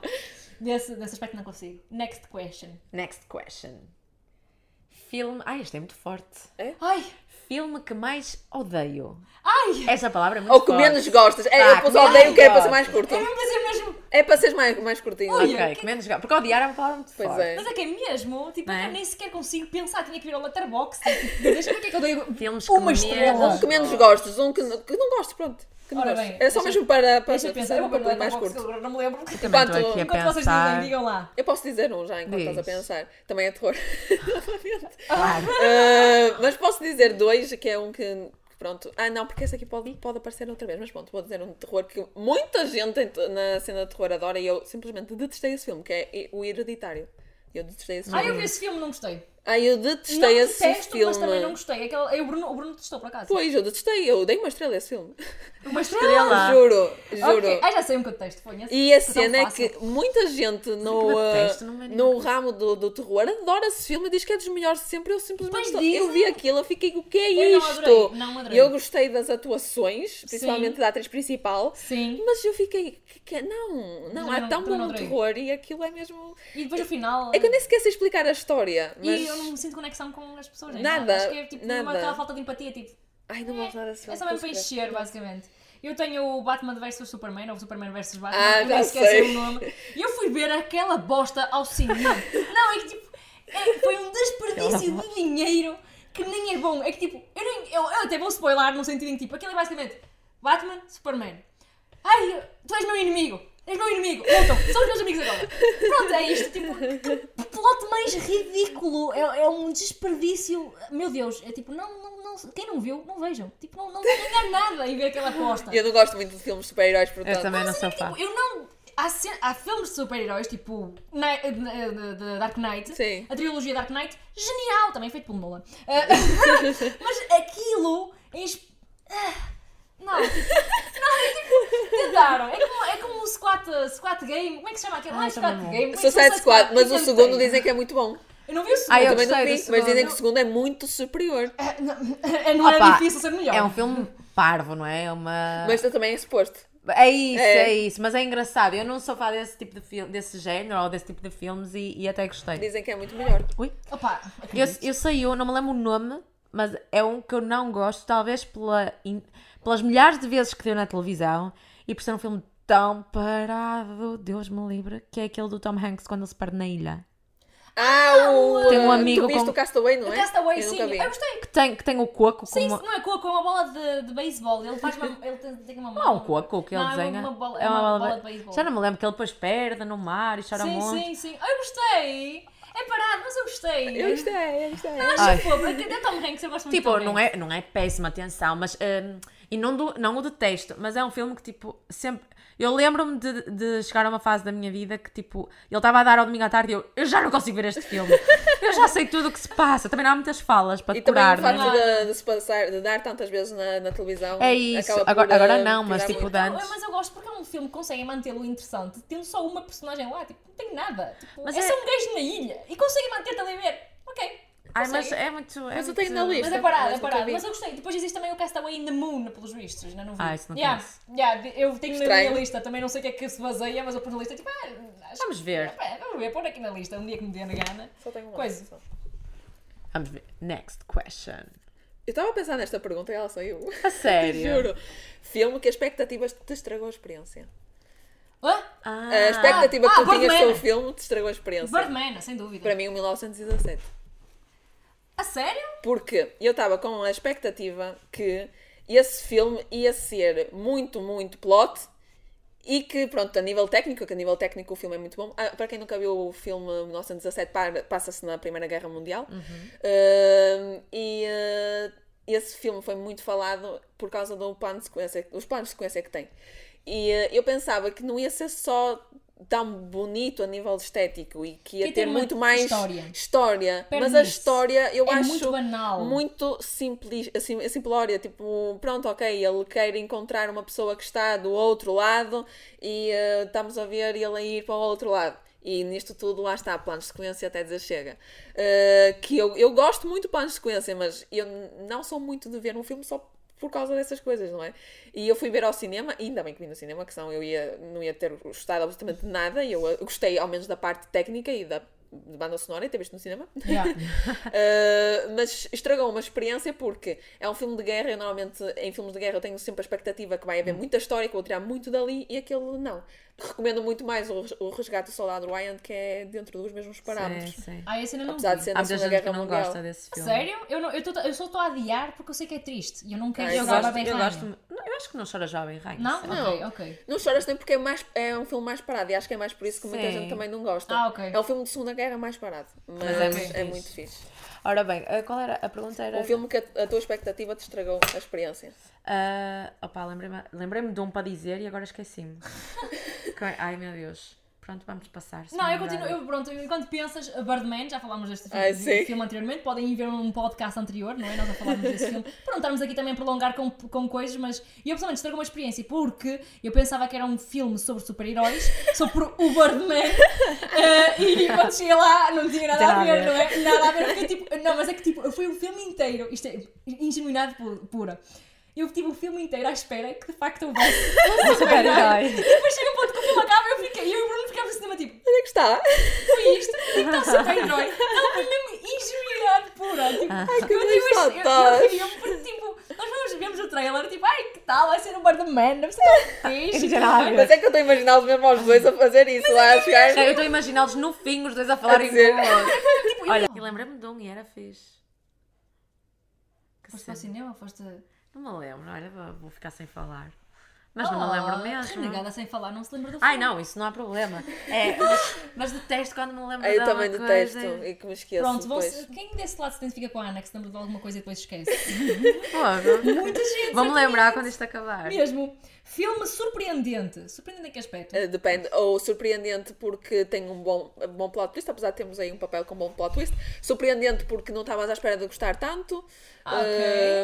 Desse, desse aspecto não consigo. Next question.
Next question. Filme. Ai, isto é muito forte.
Ai,
Filme que mais odeio.
ai!
Essa palavra é muito
Ou que
forte.
menos gostas. É,
Tá,
eu
que
pus
menos
odeio que é para ser
gostas.
mais curto.
Eu não pensei mesmo.
É para ser mais, mais curtinho.
Ui.
Ok, que menos go- Porque odiar é uma palavra muito
Pois
forte.
é.
Mas é que é mesmo, tipo,
Não é?
eu nem sequer consigo pensar, tinha que vir ao letterbox. Tipo, deixa eu ver o que é que eu dei.
Filmes que
Uma
menos-
estrela.
Um que menos gostas, um que, que não gostes, pronto. Que não
Ora
gostes.
bem,
Era só
deixa-
mesmo para, para
Deixa eu
ser
pensar, é eu
um
vou ver o
pouco mais
letterbox, que
curto.
agora não me lembro. Enquanto
Também estou
Enquanto-
aqui a
vocês dizem,
pensar.
digam lá.
Eu posso dizer um já, enquanto estás a
Diz.
pensar. Também é terror. (laughs) Novamente.
Claro.
Ah, mas posso dizer dois, que é um que. que Pronto. Ah, não, porque esse aqui pode, pode aparecer outra vez, mas pronto, vou dizer um de terror que muita gente em- na cena de terror adora e eu simplesmente detestei esse filme, que é o Hereditário. Eu detestei esse
Ah,
filme.
eu vi esse filme, não gostei.
Ah, eu
não
detestei esse
detesto,
filme.
mas também não gostei. Aquela, eu, o, Bruno, o Bruno testou, por acaso.
Pois, eu detestei, eu dei uma estrela a esse filme.
Uma
Estrela.
estrela.
Ah.
(laughs) Juro, juro.
Ah, já sei um contexto, ponha-se.
E a
Tão
cena é
fácil.
que muita gente no,
eu
ah,
detesto, não
é
me lembro.
no ramo do, do terror adora esse filme e diz que é dos melhores de sempre. Eu simplesmente
Pois dizem.
eu vi aquilo, eu fiquei, o que é
Eu não
isto?
adorei, não adorei.
Eu gostei das atuações, principalmente da atriz principal.
Sim.
Mas eu fiquei, que, que- não, não,
Não,
é
não,
tão
também
bom
não
o
adorei.
terror e aquilo é mesmo.
E depois no final.
É que eu nem sequer sei explicar a história, mas.
E eu não sinto conexão com as pessoas. nem
Nada,
Acho que é tipo uma-
nada.
aquela falta de empatia, tipo.
Ai, não gosto nada desse
É só
filme,
mesmo para
posso crer.
encher, basicamente. Eu tenho o Batman vs Superman, ou o Superman vs Batman,
Ah,
eu
já
nem esqueci
sei.
o nome. E eu fui ver aquela bosta ao
(laughs)
cinema. não, é que tipo, é- foi um desperdício de dinheiro que nem é bom. É que tipo, eu, nem, eu, eu até vou spoiler no sentido em que tipo, aquilo é basicamente Batman, Superman. Ai, tu és meu inimigo! És meu inimigo! Voltam! São os meus amigos agora! Pronto, é isto. Tipo, que plot mais ridículo! É, é um desperdício. Meu Deus! É tipo, não, não, não. Quem não viu, não vejam. Tipo, não, não vão ganhar nada em ver aquela aposta.
Eu não gosto muito de filmes de super-heróis, portanto.
Eu também não sou fã.
Tipo, eu não. Há, ce- há filmes de super-heróis, tipo Ni- eh, de- de Dark Knight,
Sim.
a trilogia Dark Knight, genial, também é feito pelo Nolan.
(laughs)
Eh, (laughs) mas aquilo é. es- Ah,
(laughs)
não, tipo, não, é tipo, tentaram. É como, é como o squat, squat Game, como é que se chama aquele? Não é
Ai, também
Squat
não.
Game. como é que se chama
Suicide Squad, mas o
Game
segundo
tem?
dizem que é muito bom.
Eu não vi o
Ah,
segundo.
eu
(laughs)
Também não
gostei do
vi, mas dizem
segundo.
que o segundo é muito superior.
Eh, não- eh, não era
Opa,
difícil ser melhor.
É um filme parvo, não é? É uma.
Mas também é suposto.
É isso, é.
É.
isso, mas é engraçado. Eu não sou fã desse tipo de filme, desse género ou desse tipo de filmes e, e até gostei.
Dizem que é muito melhor.
Ui.
Opa,
Eu, eu sei, eu não me lembro o nome, mas é um que eu não gosto, talvez pela in- pelas milhares de vezes que deu na televisão e por ser um filme tão parado, Deus me livre, que é aquele do Tom Hanks quando ele se perde na ilha.
Ah, o.
Tem um
uh,
amigo
Tu viste
com-
o Castaway, não é?
Castaway,
Eu
sim,
nunca vi.
eu gostei.
Que tem, que tem o coco
Sim,
como.
isso não é coco, é uma bola de, de beisebol.
(laughs)
Ele faz uma. Ele tem, tem uma
Não, o coco que ele
Não, é uma-
desenha.
uma bola- uma bola de beisebol.
Já não me lembro que ele depois perde no mar e chora
Sim,
muito.
sim, sim. Ah, Eu gostei! É parado, mas eu gostei.
Eu gostei, eu gostei.
Ai.
Acho fofo. É Até Tom Hanks, eu gosto muito
Tipo,
de Tom
não
Hanks.
é, não é péssima atenção, mas. hum, e não, do- não o detesto, mas é um filme que, tipo, sempre. Eu lembro-me de, de chegar a uma fase da minha vida que, tipo, ele estava a dar ao domingo à tarde e eu, eu já não consigo ver este filme. Eu já sei tudo o que se passa. Também não há muitas falas para
E também o
decorar, não é?
facto de, de se passar, de dar tantas vezes na, na televisão.
É isso.
acaba por,
Agora- agora
uh,
não, mas
tirar
tipo,
muito.
dá-
Não,
antes.
Mas eu gosto porque é um filme que consegue mantê-lo interessante, tendo só uma personagem lá, tipo, não tem nada. Tipo,
Mas
é,
é-
só um gajo na ilha e consegue manter-te ali a ver. Ok.
Ai, mas
consegue.
é muito. é
Mas eu tenho
muito-
na lista.
Mas é parado,
Mas
é
nunca
parado.
vi.
Mas eu gostei. Depois existe também o Castaway in the Moon, pelos vistos, né? não, não vi.
Ah, isso não
yeah,
conheço.
yeah, de- Eu tenho na
Estranho.
minha lista, também não sei o que é que se baseia, mas eu pus na lista, tipo, ah, acho
Vamos ver.
É, vamos ver, pôr aqui na lista, um dia que me dê na gana.
Só tenho uma.
Coisa.
só.
Vamos ver. Next question.
Eu estava a pensar nesta pergunta e ela saiu.
A sério.
(laughs) Juro. Filme que expectativas te estragou a experiência.
Hã?
Ah,
a expectativa
Ah,
que tu
Birdman.
tinhas sobre o filme te estragou a experiência.
Birdman, sem dúvida.
Para mim, um o 1917.
A sério?
Porque eu estava com a expectativa que esse filme ia ser muito, muito plot e que, pronto, a nível técnico, que a nível técnico o filme é muito bom. Ah, para quem nunca viu o filme 1917, par- passa-se na Primeira Guerra Mundial.
Uhum.
Ahm, e ah, esse filme foi muito falado por causa do plano de sequência, os planos de sequência que tem. E ah, eu pensava que não ia ser só tão bonito a nível estético e que ia
Que
ter
tem uma
muito mais
história.
história.
Perde
Mas a
isso.
história eu
É
acho
muito banal.
muito simples, assim, simplória, tipo, pronto, ok, ele quer encontrar uma pessoa que está do outro lado e eh, estamos a ver ele a ir para o outro lado. E nisto tudo, lá está, planos de sequência até dizer chega. Eh, que eu, eu gosto muito de planos de sequência, mas eu n- não sou muito de ver um filme só por causa dessas coisas, não é? E eu fui ver ao cinema, e ainda bem que vim no cinema, que senão eu ia, não ia ter gostado absolutamente de nada, e eu eh, gostei ao menos da parte técnica e da banda sonora, e ter visto no cinema.
(laughs)
(laughs) Uh, mas estragou uma experiência porque é um filme de guerra. Eu normalmente em filmes de guerra eu tenho sempre a expectativa que vai haver muita história, que vou tirar muito dali e aquele não. Recomendo muito mais o, o Resgate do Soldado Ryan, que é dentro dos mesmos parâmetros.
sim, sim.
Ah, esse ainda não
Apesar
vi.
de ser
Há
da
muita
Segunda
gente que
Guerra
não
Mundial.
gosta desse filme.
Sério? Eu, não, eu, tô- eu só estou a adiar porque eu sei que é triste e eu não quero
Ah,
Eu
jogar
gosto,
Jovem
eu
Rainha.
gosto. Não, eu acho que não chora Jovem Rainha.
Não?
sim.
Ok, ok.
Não choras nem porque é, mais, é um filme mais parado e acho que é mais por isso que muita
Sim.
gente também não gosta.
Ah, ok.
É um filme de Segunda Guerra mais parado, mas,
é
é,
muito
muito,
fixe.
fixe.
Ora bem, eh, qual era a pergunta? Era
Um filme que a, a tua expectativa te estragou a experiência.
Ah, opa, lembrei-me lembrei de um para dizer e agora
(laughs)
esqueci-me. Que- Ai meu Deus. Pronto, vamos passar. se
Não,
me
eu continuo,
lembrar.
eu, pronto, enquanto pensas, Birdman, já falámos deste filme,
Ai,
deste
sim.
filme anteriormente, podem ir ver um podcast anterior, não é? Nós já falámos desse (laughs) filme, para não estarmos aqui também a prolongar com, com coisas, mas eu pessoalmente estrago uma experiência, porque eu pensava que era um filme sobre super-heróis, sobre o (laughs) Birdman, eh, e quando cheguei lá não tinha nada, a ver, não é? Nada a ver, porque tipo, não, mas é que tipo, foi o filme inteiro, isto é ingenuidade pu- pura. Eu tive o filme inteiro à espera que de facto houvesse (laughs) um super-herói.
super-herói.
E depois chega um ponto que o filme acaba eu fiquei, eu e o Bruno ficávamos no cinema tipo,
Olha é que está!
foi isto? Tipo, está super-herói. Ela foi mesmo ingenuidade pura. Tipo,
Ah.
que
eu tive
bem
este- eu-
estás.
eu ri-me porque, tipo, nós vamos, vemos o trailer, tipo, ai, que tal, vai ser um Birdman, deve ser
(laughs)
tão fixe. tipo,
Não tinha nada a ver.
Mas é que eu estou a imaginar os mesmo aos dois a fazer isso lá, a chegar.
Não, eu estou a imaginá-los no fim, os dois a falarem
A
com
dizer.
o outro.
(laughs) Tipo, eu-
Olha, e lembrei-me de um e era fixe. Que
Foste ao
cena.
cinema, foste...
Não me lembro, olha, vou- vou ficar sem falar. Mas não me lembro mesmo.
Oh, Renegada sem falar, não se lembra do filme.
Ai não, isso não há problema. É, mas, mas detesto quando me lembro
Ah, eu
de
também
alguma coisa.
detesto e que me esqueço
Pronto, vão
depois.
-se, quem desse lado se identifica com a Ana que se lembra de alguma coisa e
(laughs)
depois esquece?
Fogo.
Muita gente! é
Vou-me lembrar quando é isto acabar.
Mesmo. Filme surpreendente. Surpreendente em que aspecto?
Eh,
Uh, Depende, ou surpreendente porque tem um bom, bom plot twist, apesar de termos aí um papel com bom plot twist, surpreendente porque não estavas à espera de gostar tanto,
Ah, ok.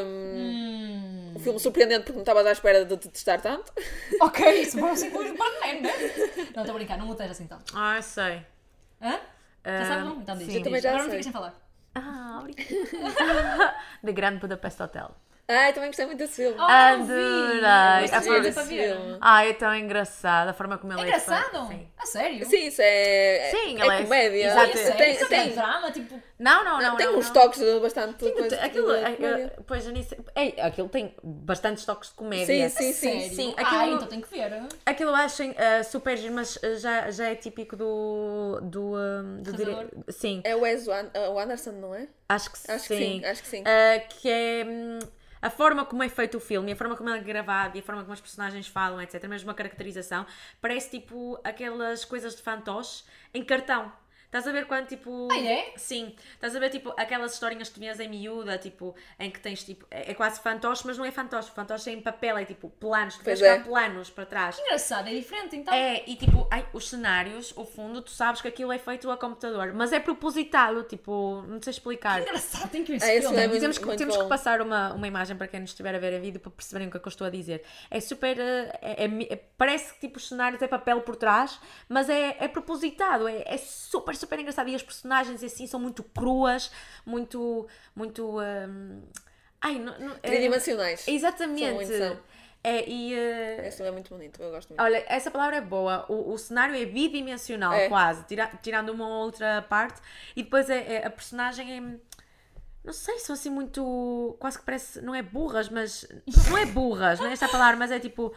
um,
Hum.
(laughs)
o filme surpreendente porque não estavas à espera de detestar tanto, (laughs)
Ok, isso pode
assim,
ser incluir Batman, né? Não, estou a brincar, não mutei assim tanto.
Ah, eu sei.
Hã? Já
Ah,
sabes não? Então diz.
sim.
diz.
Eu
também já
Agora não
sei.
ficas sem falar.
Ah, obrigada. (laughs) The Grand Budapest Hotel.
ai também gostei muito desse filme,
Oh, não vi.
Adorei.
Mas
Ah,
tu tens
pá.
é para ver.
Ai, é tão engraçado. A forma como ele
É
é feito.
engraçado?
Sim.
A sério?
sim, isso é,
Sim,
é,
ela é-
comédia,
exato.
É
Tem-
sério?
tem,
Isso
tem,
é um drama, tipo...
Não, não, não.
tem
não,
uns
não.
toques de bastante coisa de
Aquilo,
comédia.
aquilo, pois, eu nem sei- Ei, aquilo tem bastantes toques de
Sim,
comédia.
sim, sim.
Sério?
sim,
Ah,
aquilo-
então tenho que ver.
Aquilo eu acho eh, super giro, mas eh, já, já é típico do. do, ehm, do dire-
Realizador?
Sim,
É o Wes Wan- o Anderson, não é?
acho que
Acho que
sim.
sim, acho que sim.
Eh, que é. hum, A forma como é feito o filme, a forma como ele é gravado e a forma como os personagens falam, etc. Mesmo a caracterização, parece tipo aquelas coisas de fantoche em cartão. Estás a ver quando tipo.
Ah, é?
Sim. Estás a ver tipo aquelas historinhas que tu vinhas em miúda, tipo, em que tens tipo. É é quase fantoche, mas não é fantoche. Fantoche é em papel, é tipo planos, tu vês
Pois
que
é.
há planos para trás.
Engraçado, é diferente então.
É, e tipo, ai, os cenários, o fundo, tu sabes que aquilo é feito a computador, mas é propositado, tipo, não sei explicar.
Engraçado, tenho que ver esse
Ah, esse
filme.
é muito-
Temos, que,
muito
temos
bom.
que passar uma, uma imagem para quem nos estiver a ver a vídeo para perceberem o que é que eu estou a dizer. É super. eh, é- é mi- é- parece que tipo os cenários é papel por trás, mas é, é propositado, é, é super, super engraçado. E as personagens e assim são muito cruas, muito. muito hum, ai, não, não- é-
Tridimensionais.
Exatamente.
São, são.
É, e, eh,
Esse filme é muito bonito, eu gosto muito.
Olha, essa palavra é boa. O, o cenário é bidimensional,
É.
quase, tira- tirando uma ou outra parte. E depois é, é- a personagem é. Não sei, são assim muito. Quase que parece. Não é burras, mas. Não é burras, não é esta a palavra, mas é tipo.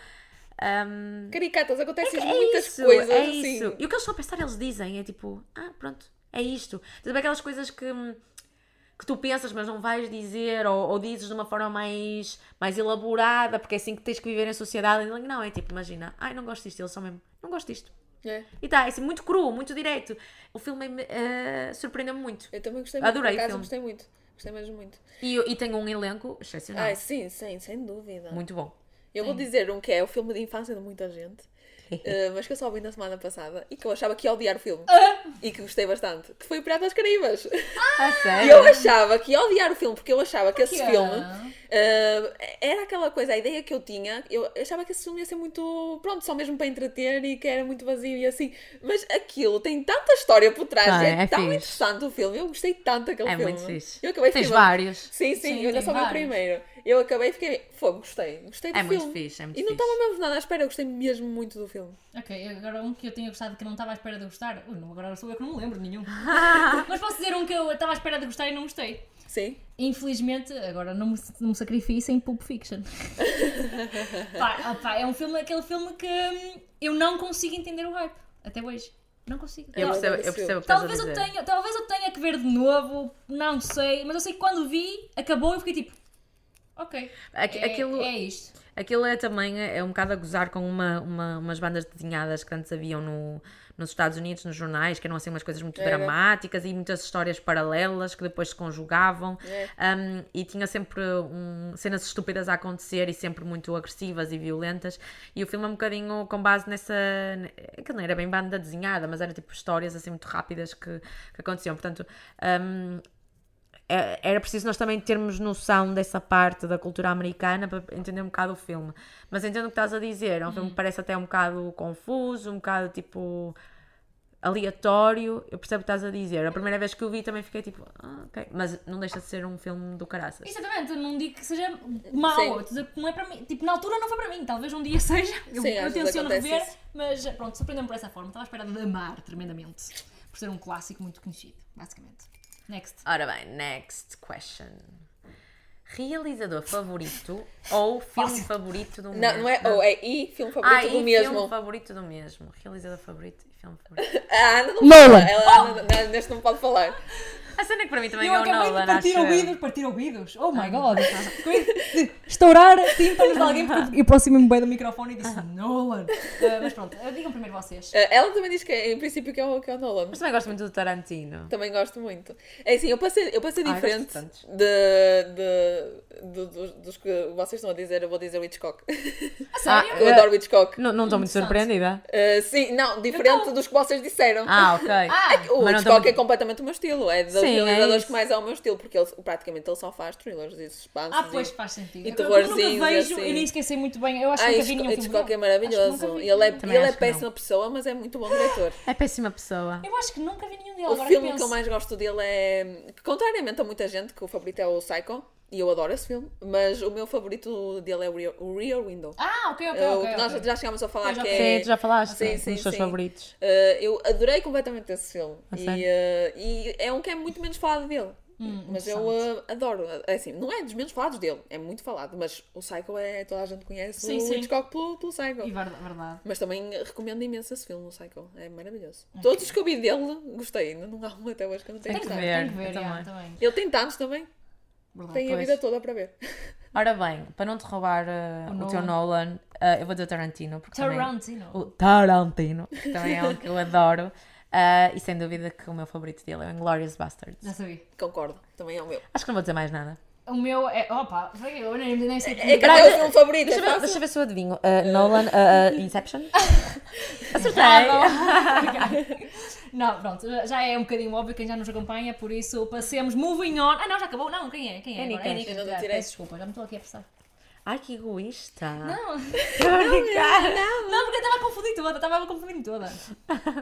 hum,
Caricatas, acontecem
é
muitas
isso,
coisas
é
assim.
isso. E o que eles estão a pensar, eles dizem. É tipo, ah, pronto, é isto. Tudo bem aquelas coisas que. hum, Que tu pensas, mas não vais dizer, ou, ou dizes de uma forma mais, mais elaborada, porque é assim que tens que viver em sociedade. Não, é tipo, imagina, ai, não gosto disto, eles são mesmo, não gosto disto.
É.
E tá, é assim, muito cru, muito direto. O filme eh, surpreendeu-me muito.
Eu também gostei muito.
Adorei
por
o
acaso,
filme.
gostei muito. Gostei mesmo muito.
E, e tem um elenco excepcional.
Ai, sim, sim, sem dúvida.
muito bom.
Eu vou dizer um que é o filme de infância de muita gente,
(laughs)
eh, mas que eu só vi na semana passada e que eu achava que ia odiar o filme. E que gostei bastante. Que foi o Piratas Caraíbas. (laughs)
Ah,
E
sério?
eu achava que ia odiar o filme, porque eu achava que esse
Porquê?
filme eh, era aquela coisa, a ideia que eu tinha, eu achava que esse filme ia ser muito, pronto, só mesmo para entreter e que era muito vazio e assim, mas aquilo tem tanta história por trás,
Ah,
e é,
é
tão
fixe.
interessante o filme, eu gostei tanto daquele
É
filme.
muito fixe.
Eu acabei
Tens
fiquei-
vários.
Sim, sim,
Sim,
eu olha
tem
só vi o
vários.
primeiro. Eu acabei e fiquei, foi, gostei, gostei do
É
filme.
muito fixe, é muito
e não
fixe.
estava mesmo nada à espera, eu gostei mesmo muito do filme.
Ok, agora um que eu tinha gostado que não estava à espera de gostar. Ui, não, agora sou eu que não me lembro de nenhum. Mas posso dizer um que eu estava à espera de gostar e não gostei.
Sim.
Infelizmente, agora não me, não me sacrifico sem Pulp Fiction. Pá, opá, é um filme, aquele filme que hum, eu não consigo entender o hype. Até hoje. Não consigo.
Eu
Tal-
percebo, eu percebo É o que estás a
Talvez
dizer.
eu, tenha, talvez eu tenha que ver de novo, não sei, mas eu sei que quando vi, acabou e eu fiquei tipo. Ok.
Aqu-
é,
aquilo-
é isto.
Aquilo é também é um bocado a gozar com uma, uma- umas bandas desenhadas que antes haviam no, nos Estados Unidos, nos jornais, que eram assim umas coisas muito
Era.
dramáticas e muitas histórias paralelas que depois se conjugavam
É.
Um, e tinha sempre um, cenas estúpidas a acontecer e sempre muito agressivas e violentas. E o filme é um bocadinho com base nessa. é que não era bem banda desenhada, mas era tipo histórias assim muito rápidas que, que aconteciam. Portanto, um, é- era preciso nós também termos noção dessa parte da cultura americana para entender um bocado o filme. Mas entendo o que estás a dizer. É um filme que parece até um bocado confuso, um bocado tipo aleatório. Eu percebo o que estás a dizer. A primeira vez que o vi também fiquei tipo, ah, ok. Mas não deixa de ser um filme do caraças.
Exatamente, eu não digo que seja
Sim.
mau, dizer que não é para mim. Tipo, na altura não foi para mim, talvez um dia (laughs) seja. Eu,
Sim, às
eu
vezes
tenciono
acontece
rever,
isso.
mas pronto, surpreendeu-me por essa forma. Estava à espera de amar tremendamente, por ser um clássico muito conhecido, basicamente. Next.
Ah,
é- Ora bem, next question. Realizador (laughs) favorito ou filme
Fácil.
favorito do
Não, não é ou, é e filme favorito
Ah, e
do
filme
mesmo.
favorito do mesmo. Realizador favorito e filme favorito.
A Ah, Ana não
Nolan.
fala, ela, a Ana, a Ana, neste não pode falar.
A cena é que para mim também
Eu
é o
acabei de
Nolan,
partir
acho eu.
ouvidos, partir ouvidos. Oh
Ah.
my god. Acabei de estourar tímpanos de
(laughs)
alguém porque eu aproximei-me bem do microfone e disse Nolan. Ah, mas pronto, ah, digam primeiro vocês.
Ah, Ela também diz que é, em princípio que é o, que é o Nolan.
Mas também gosto muito do Tarantino.
Também gosto muito. É assim, eu passei, eu passei
Ai, gosto de
diferente
tantos.
de, de- do- dos, dos que vocês estão a dizer, eu vou dizer o Hitchcock. (laughs)
A sério?
Ah,
Eu
É.
adoro o Hitchcock.
Não não estou muito
Interessante.
surpreendida.
Ah, sim, não, diferente
Então-
dos que vocês
(laughs)
disseram.
Ah, ok.
Ah,
O
Mas não
Hitchcock
tão-
é completamente o meu estilo. É dos
Sim, é
realizadores
isso.
que mais é o meu estilo, porque ele, praticamente ele só faz thrillers e suspense.
Ah, pois faz sentido.
E
Eu- eu nunca
terrorzinhos,
vejo,
assim.
eu nem esqueci muito bem. Eu acho
Ah,
que nunca vi nenhum
Hitchcock, Hitchcock
filme
é
dele. Acho que
maravilhoso.
nunca vi.
Ele é,
Também
ele é
acho que não.
péssima pessoa, mas é muito bom diretor.
É péssima pessoa.
Eu acho que nunca vi nenhum dele.
O
agora
filme que
que,
eu
penso.
mais gosto dele é. que, Contrariamente a muita gente, que o favorito é o Psycho, e eu adoro esse filme, mas o meu favorito dele é o Rear, o Rear Window.
Ah, ok, ok,
É o
ok.
que nós
ok. Ah,
já chegámos a falar
Pois,
que
ok.
é.
Sim, tu já falaste
Sim,
sim,
sim,
dos teus
sim.
favoritos.
Eh, eu adorei completamente esse filme.
A
Ah,
E,
sério?
eh, e é um que é muito menos falado dele.
Hum,
mas eu eh, adoro. É assim, não é dos menos falados dele, é muito falado. Mas o Psycho é. toda a gente conhece
Sim,
o
sim.
Hitchcock pelo, pelo Psycho.
E verdade, verdade.
Mas também recomendo imenso esse filme, o Psycho. É maravilhoso. Todos os que eu vi dele, gostei. Não, não há um até hoje que eu não tenha
Ah, Tem que
gostado.
ver,
ver, tem que
eu
ver, já,
também.
também.
Ele tem tantos também.
Verdade.
Tem a
Pois.
vida toda para ver. (laughs)
Ora bem, para não te roubar uh,
O
o,
Nolan.
teu Nolan, uh, eu vou dizer o Tarantino. Porque também-
Tarantino.
o Tarantino, que também é um que eu adoro. Uh, e sem dúvida que o meu favorito dele é o Inglourious Bastards.
Já sabia.
Concordo. Também é o meu.
Acho que não vou dizer mais nada.
O meu é. Opa, eu nem, nem sei.
É que
que-
é o filme favorito.
Deixa
É
eu ver,
fácil.
deixa eu ver se eu adivinho. Uh, Nolan, uh, uh, (laughs) Inception? Acertei!
Ah, não. Ok. (laughs) não, pronto, já é um bocadinho óbvio quem já nos acompanha, por isso passemos moving on. Ah, não, já acabou? Não, quem é? Quem é?
É
agora?
Nick.
É
Eu não
Claro,
tirei.
Peço desculpa, já me estou aqui a passar.
Ai, que egoísta!
Não,
Estou a brincar.
Ah,
não, porque eu estava a confundir toda, estava a
(laughs)
confundir toda.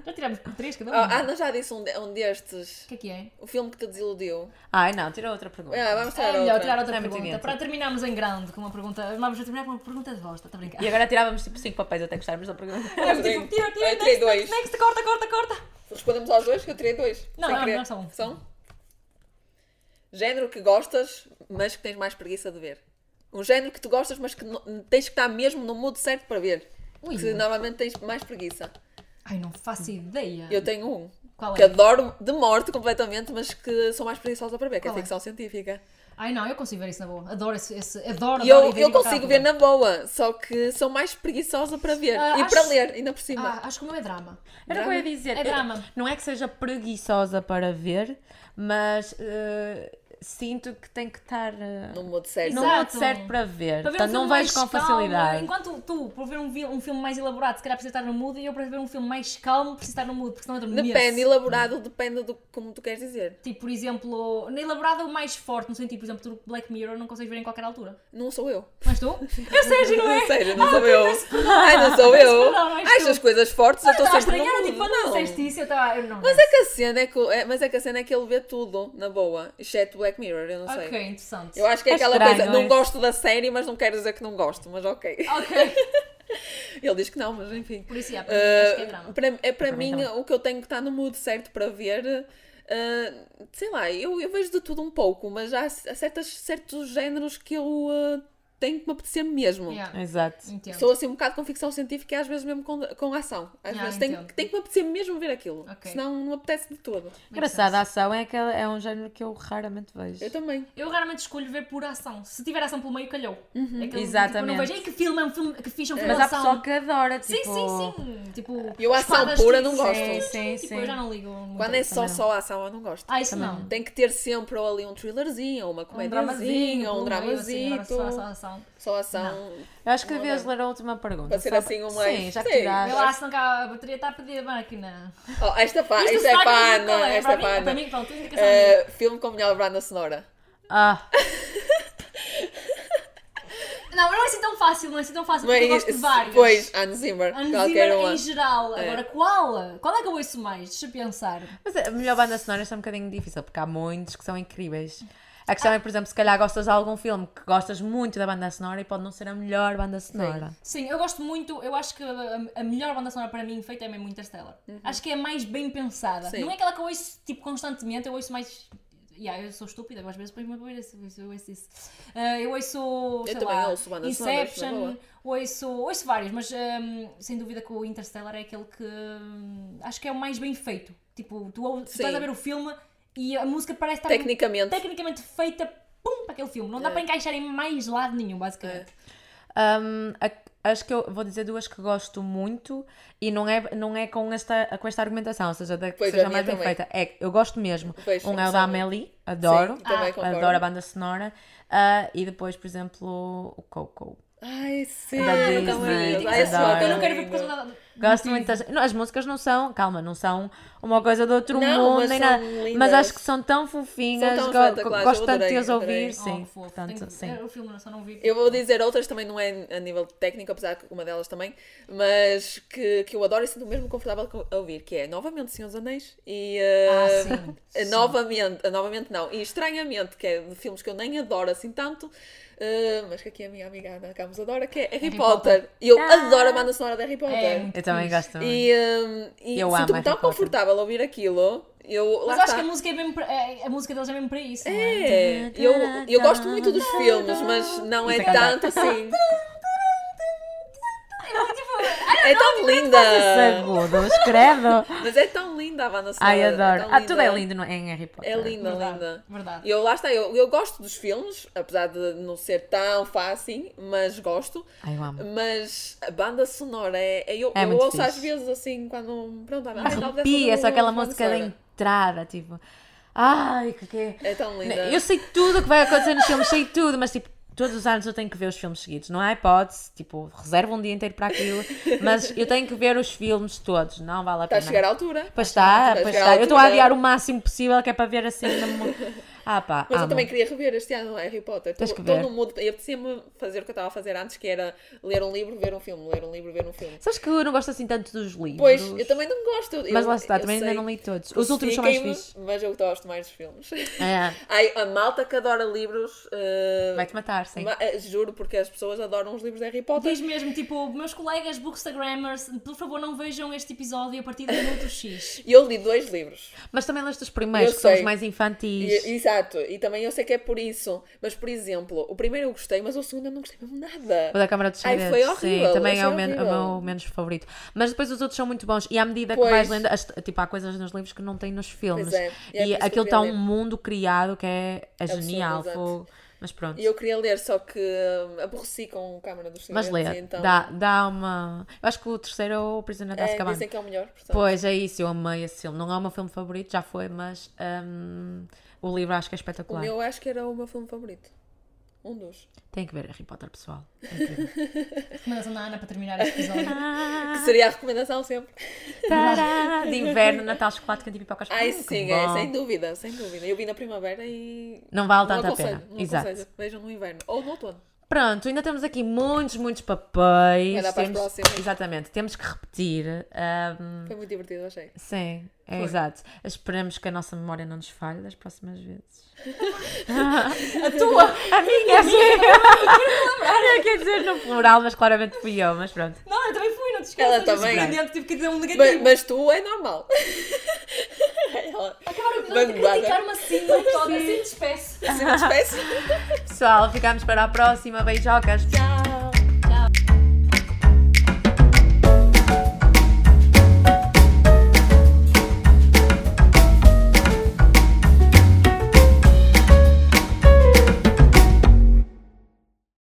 Já tiramos três cada um.
Ah, Ana já disse um, de- um destes.
O que é que é?
O filme que te desiludiu.
Ai, não, tira outra pergunta.
Ah, vamos tirar
É melhor
outra.
tirar outra
É muito
pergunta,
dentro.
para terminarmos em grande com uma pergunta. Vamos terminar com uma pergunta de bosta, tá estou a brincar.
E agora tirávamos tipo 5 papéis até gostarmos da pergunta.
É, tipo, tira, tira,
Eu tirei
next, next,
dois.
next, corta, corta, corta.
Respondemos aos dois, que eu tirei dois.
Não,
sem
não,
querer.
não, só um.
São? Género que gostas, mas que tens mais preguiça de ver. Um género que tu gostas, mas que no- tens que estar mesmo no mood certo para ver.
Ui.
Que normalmente tens mais preguiça.
Ai, não faço ideia.
Hum. Eu tenho um.
Ah. Qual
Que
é?
adoro de morte completamente, mas que sou mais preguiçosa para ver, que é
Qual é?
ficção científica.
Ai não, eu consigo ver isso na boa. Adoro esse. esse adoro,
E eu,
adoro
eu consigo ver na boa, só que sou mais preguiçosa para ver
Ah,
e
acho-
para ler, ainda por cima.
Ah, acho que o meu é drama.
(laughs) Era o que eu ia dizer.
É drama.
Eu- não é que seja preguiçosa para ver, mas eh, sinto que tem que estar eh,
no modo certo.
no
Exato.
mood certo para ver.
Para ver
Então
um
Portanto,
filme
não vejo
mais
com
calmo,
facilidade.
Enquanto tu, para ver um, vi- um filme mais elaborado, se calhar precisa estar no mood, e eu para ver um filme mais calmo, preciso estar no mood, porque senão entro
Depende,
nesse.
elaborado depende do como tu queres dizer.
Tipo, por exemplo, na elaborada o mais forte, no sentido, por exemplo, tu Black Mirror não consegues ver em qualquer altura.
Não sou eu.
(laughs) Mas
(laughs)
tu? Eu sei, não é?
Ou seja, não sou eu. Ai, não sou eu.
perdão, és
Ai,
tu.
as coisas fortes, eu
Eu
estou
estava a
sempre no
estranhar, tipo,
mundo.
quando
Não.
disseste isso, eu estava. Eu não.
Mas é que a cena é que, o- é- mas é que a cena é que ele vê tudo na boa, exceto Black Mirror, eu não sei.
Ok, interessante.
Eu acho que é,
É
aquela
estranho,
coisa, não
é?
gosto da série, mas não quero dizer que não gosto, mas ok.
Ok,
Ele diz que não, mas enfim.
(laughs) por isso, é, para mim, acho que é drama.
Uh, para, é para
Para mim
mim
também.
o que eu tenho que estar no mood certo para ver. uh, sei lá, eu, eu vejo de tudo um pouco, mas há, c- há certas, certos géneros que eu uh, tenho que me apetecer mesmo.
Yeah,
Exato.
Entendo.
Sou assim um bocado com ficção científica e às vezes mesmo com, com ação. Às
Ah,
vezes tenho,
entendo.
que- tenho que me apetecer mesmo ver aquilo,
Ok.
senão não me apetece de todo.
Engraçado, a ação é, aquela, é um género que eu raramente vejo.
Eu também.
Eu raramente escolho ver por ação. Se tiver ação pelo meio, calhou.
Uhum,
É aquele, Tipo,
Exatamente.
não vejo, ei, que filme, é um filme, que fixe, é um filme
Mas
de
há
ação.
pessoal que adora,
Sim,
tipo...
sim, sim. Tipo,
Eu ação
espadas,
pura
tiros,
não gosto.
sim,
Sim,
tipo,
sim.
eu já não ligo. muito.
Quando é só,
também não.
só ação, eu não gosto.
Ah, isso não.
Tem que ter sempre ou ali um thrillerzinho, ou uma comediazinha, ou um
pelo meio, assim,
dramazito.
agora só- só ação.
Só ação.
Eu acho que
Não
devias
dá.
ler a última pergunta.
Pode ser
só
assim
pa-
uma-
Sim, já que
Sim.
Vê
tiraste.
lá se não cá a bateria está a pedir máquina.
Oh, esta pa,
Isto
esta é
sabe, mas
pana,
não é.
esta é
Para mim- Para
pana.
mim, pronto, tens indicação. minha.
Uh, filme com melhor banda sonora.
Ah,
Não, não é assim tão fácil, não é assim tão fácil, porque eu gosto de
se-
vários.
Pois, Anne Zimmer,
Hans
qualquer
Zimmer é
uma.
em geral. Agora, qual? Qual é que eu ouço mais? Deixa eu pensar.
mas a melhor banda sonora está um bocadinho difícil, porque há muitos que são incríveis. A questão é, por exemplo, se calhar gostas de algum filme que gostas muito da banda sonora e pode não ser a melhor banda sonora.
Sim, eu gosto muito, eu acho que a, a melhor banda sonora para mim feita é mesmo Interstellar. Acho que é a mais bem pensada.
Uhum. Sim.
Não é aquela que eu ouço tipo, constantemente, eu ouço mais. Yeah, eu sou estúpida, mas às vezes depois me aborreço, eu ouço- eu ouço isso. Ah, eu ouço, sei
também
lá,
ouço bandas sonoras, na
Inception,
boa.
ouço, ouço vários, mas hum, sem dúvida que o Interstellar é aquele que hum, acho que é o mais bem feito. Tipo, tu, ou- tu
Sim.
estás a ver o filme E a música parece estar
Tecnicamente.
tecnicamente feita pum, para aquele filme.
É.
Não dá para encaixar em mais lado nenhum, basicamente.
Um, a- acho que eu vou dizer duas que gosto muito e não é, não é com, esta, com esta argumentação, ou seja, da que
Pois, a
seja
minha
mais bem
também.
feita. É, que eu gosto mesmo.
Pois,
um é o
sim.
da Amélie, adoro. Ah,
Sim, também concordo.
adoro a banda sonora. Ah, e depois, por exemplo, o Coco.
Ai, sim.
Da
meu
Disney,
amor de Deus. Ai, esse
adoro.
filme é
Tipo, Eu não quero ver por causa
lindo.
da.
Gosto muito das. não, as músicas não são, calma, não são uma coisa do outro
Não,
mundo
mas
nem
são
nada. Mas
lindas.
acho que são tão fofinhas.
São tão
go-
espetaculares,
gosto
eu
tanto de
adorei,
as ouvir.
adorei.
Sim,
Oh, que fofo.
portanto,
Tenho-
sim.
Eu, o filme eu só não vi.
Eu vou dizer outras também, não é a nível técnico, apesar que uma delas também, mas que, que eu adoro e sinto mesmo confortável com- a ouvir, que é novamente Senhor dos Anéis e.
Ah,
eh, (laughs)
sim.
eh, Novamente, eh, novamente não, e estranhamente, que é de filmes que eu nem adoro assim tanto, eh, mas que aqui a minha amiga Ana Camus adora, que é Harry,
Harry
Potter.
Potter.
E eu
Ah!
adoro a banda sonora de Harry Potter.
É muito
Eu também
fixe.
gosto. também.
E, hum, e
Eu amo
sinto-me tão
Harry Potter.
confortável a ouvir aquilo. Eu, lá
Mas acho
está.
que a música é mesmo para, é- a música deles é mesmo para isso. não é?
É, eu, eu gosto muito dos filmes, mas não é
Isso é cantar.
tanto
(laughs)
assim.
Tipo,
É tão linda!
Sagudo,
(laughs)
escrevo.
Mas é tão linda a banda sonora.
é Ai, adoro.
tão
Ah, tudo é
linda.
lindo não é? em Harry Potter.
É linda,
verdade.
linda.
verdade.
Eu, lá está, eu, eu gosto dos filmes, apesar de não ser tão fácil, mas gosto.
Ai, eu amo.
Mas a banda sonora é. é- eu
É
eu
muito
ouço às
fixe.
vezes assim, quando. Pronto, há
Arrepia só aquela música da entrada, tipo. Ai, que que
É tão linda.
Eu sei tudo o que vai acontecer nos filmes, sei tudo, mas tipo, todos os anos eu tenho que ver os filmes seguidos. Não há hipótese, tipo, reservo um dia inteiro para aquilo, mas eu tenho que ver os filmes todos, não vale a
Está
pena.
Tá a chegar à altura.
Pois está,
Está a
pois
chegar
está.
à
Eu estou a
altura.
adiar o máximo possível que é para ver assim. na mo- Ah, pá.
Mas eu
amo.
também queria rever este ano Harry Potter.
Tens que
Estou
ver.
no mood. Eu apetecia-me fazer o que eu estava a fazer antes, que era ler um livro, ver um filme, ler um livro, ver um filme.
Sabes que eu não gosto assim tanto dos livros.
Pois, eu também não gosto. eu-
Mas lá está,
eu
também ainda
sei
não li todos.
que
Os últimos são mais
critiquem-me,
fixos.
Mas é eu gosto mais dos filmes.
(laughs) É,
Ai, a malta que adora livros. eh,
Vai-te matar, sim.
ma- eh, juro, porque as pessoas adoram os livros de Harry Potter.
Diz mesmo, tipo, meus colegas bookstagrammers, por favor não vejam este episódio a partir do minuto X.
E eu li dois livros.
Mas também leste os primeiros,
Eu
que são os
sei.
mais infantis.
E- exato. E também eu sei que é por isso. Mas, por exemplo, o primeiro eu gostei, mas o segundo eu não gostei mesmo nada.
O É da Câmara dos
Ai,
Segredos.
foi horrível,
Sim, também é
achei
o, men- o
horrível.
meu menos favorito. Mas depois os outros são muito bons. E à medida
Pois.
que vais lendo, as- tipo, há coisas nos livros que não tem nos filmes.
Pois é, e é por
e
isso que eu
aquilo
queria
está
ler.
um mundo criado que é, é genial.
exato.
fogo. Mas pronto.
E eu queria ler, só que hum, aborreci com Câmara dos
Mas
Segredos.
lê,
e então,
dá, dá uma. Eu acho que o terceiro é o Prisioneiro de
é,
Azkaban.
dizem que é o melhor. Portanto,
Pois é isso, eu amei esse filme. Não é o meu filme favorito, já foi, mas hum, o livro acho que é
o
espetacular.
meu acho que era o meu filme favorito. Um dos.
Tem que ver Harry Potter, pessoal. É (laughs)
Recomendação da Ana para terminar este episódio.
Ah.
Que seria a recomendação sempre.
Tará, de inverno, Natal, chocolate, canto e pipocas.
Ai,
Hum, que
sim, é,
bom.
sem dúvida, sem dúvida. Eu vi na primavera e.
Não vale
não
tanto a
aconselho,
pena.
não
Exato.
aconselho. Vejam no inverno. Ou no outono.
Pronto, ainda temos aqui muitos, muitos papéis.
Vai dar para as
Temos-
próximas.
Exatamente, temos que repetir. hum,
Foi muito divertido, achei.
sim, é exato. Esperamos que a nossa memória não nos falhe das próximas
(laughs)
vezes. a tua, a minha, sim. (laughs) Olha, quer dizer no plural, mas claramente fui eu, mas pronto.
(laughs) Não, eu também fui, não te
Ela tá
esqueças. eu
também.
surpreendente, tive que dizer um negativo.
(laughs) Mas, mas tu é normal. (laughs) É, Ela-
Acabaram de
mas-
criticar-me assim, coitada, assim despeço.
Assim, uma espécie.
Pessoal, ficamos para a próxima. Beijocas. Tchau.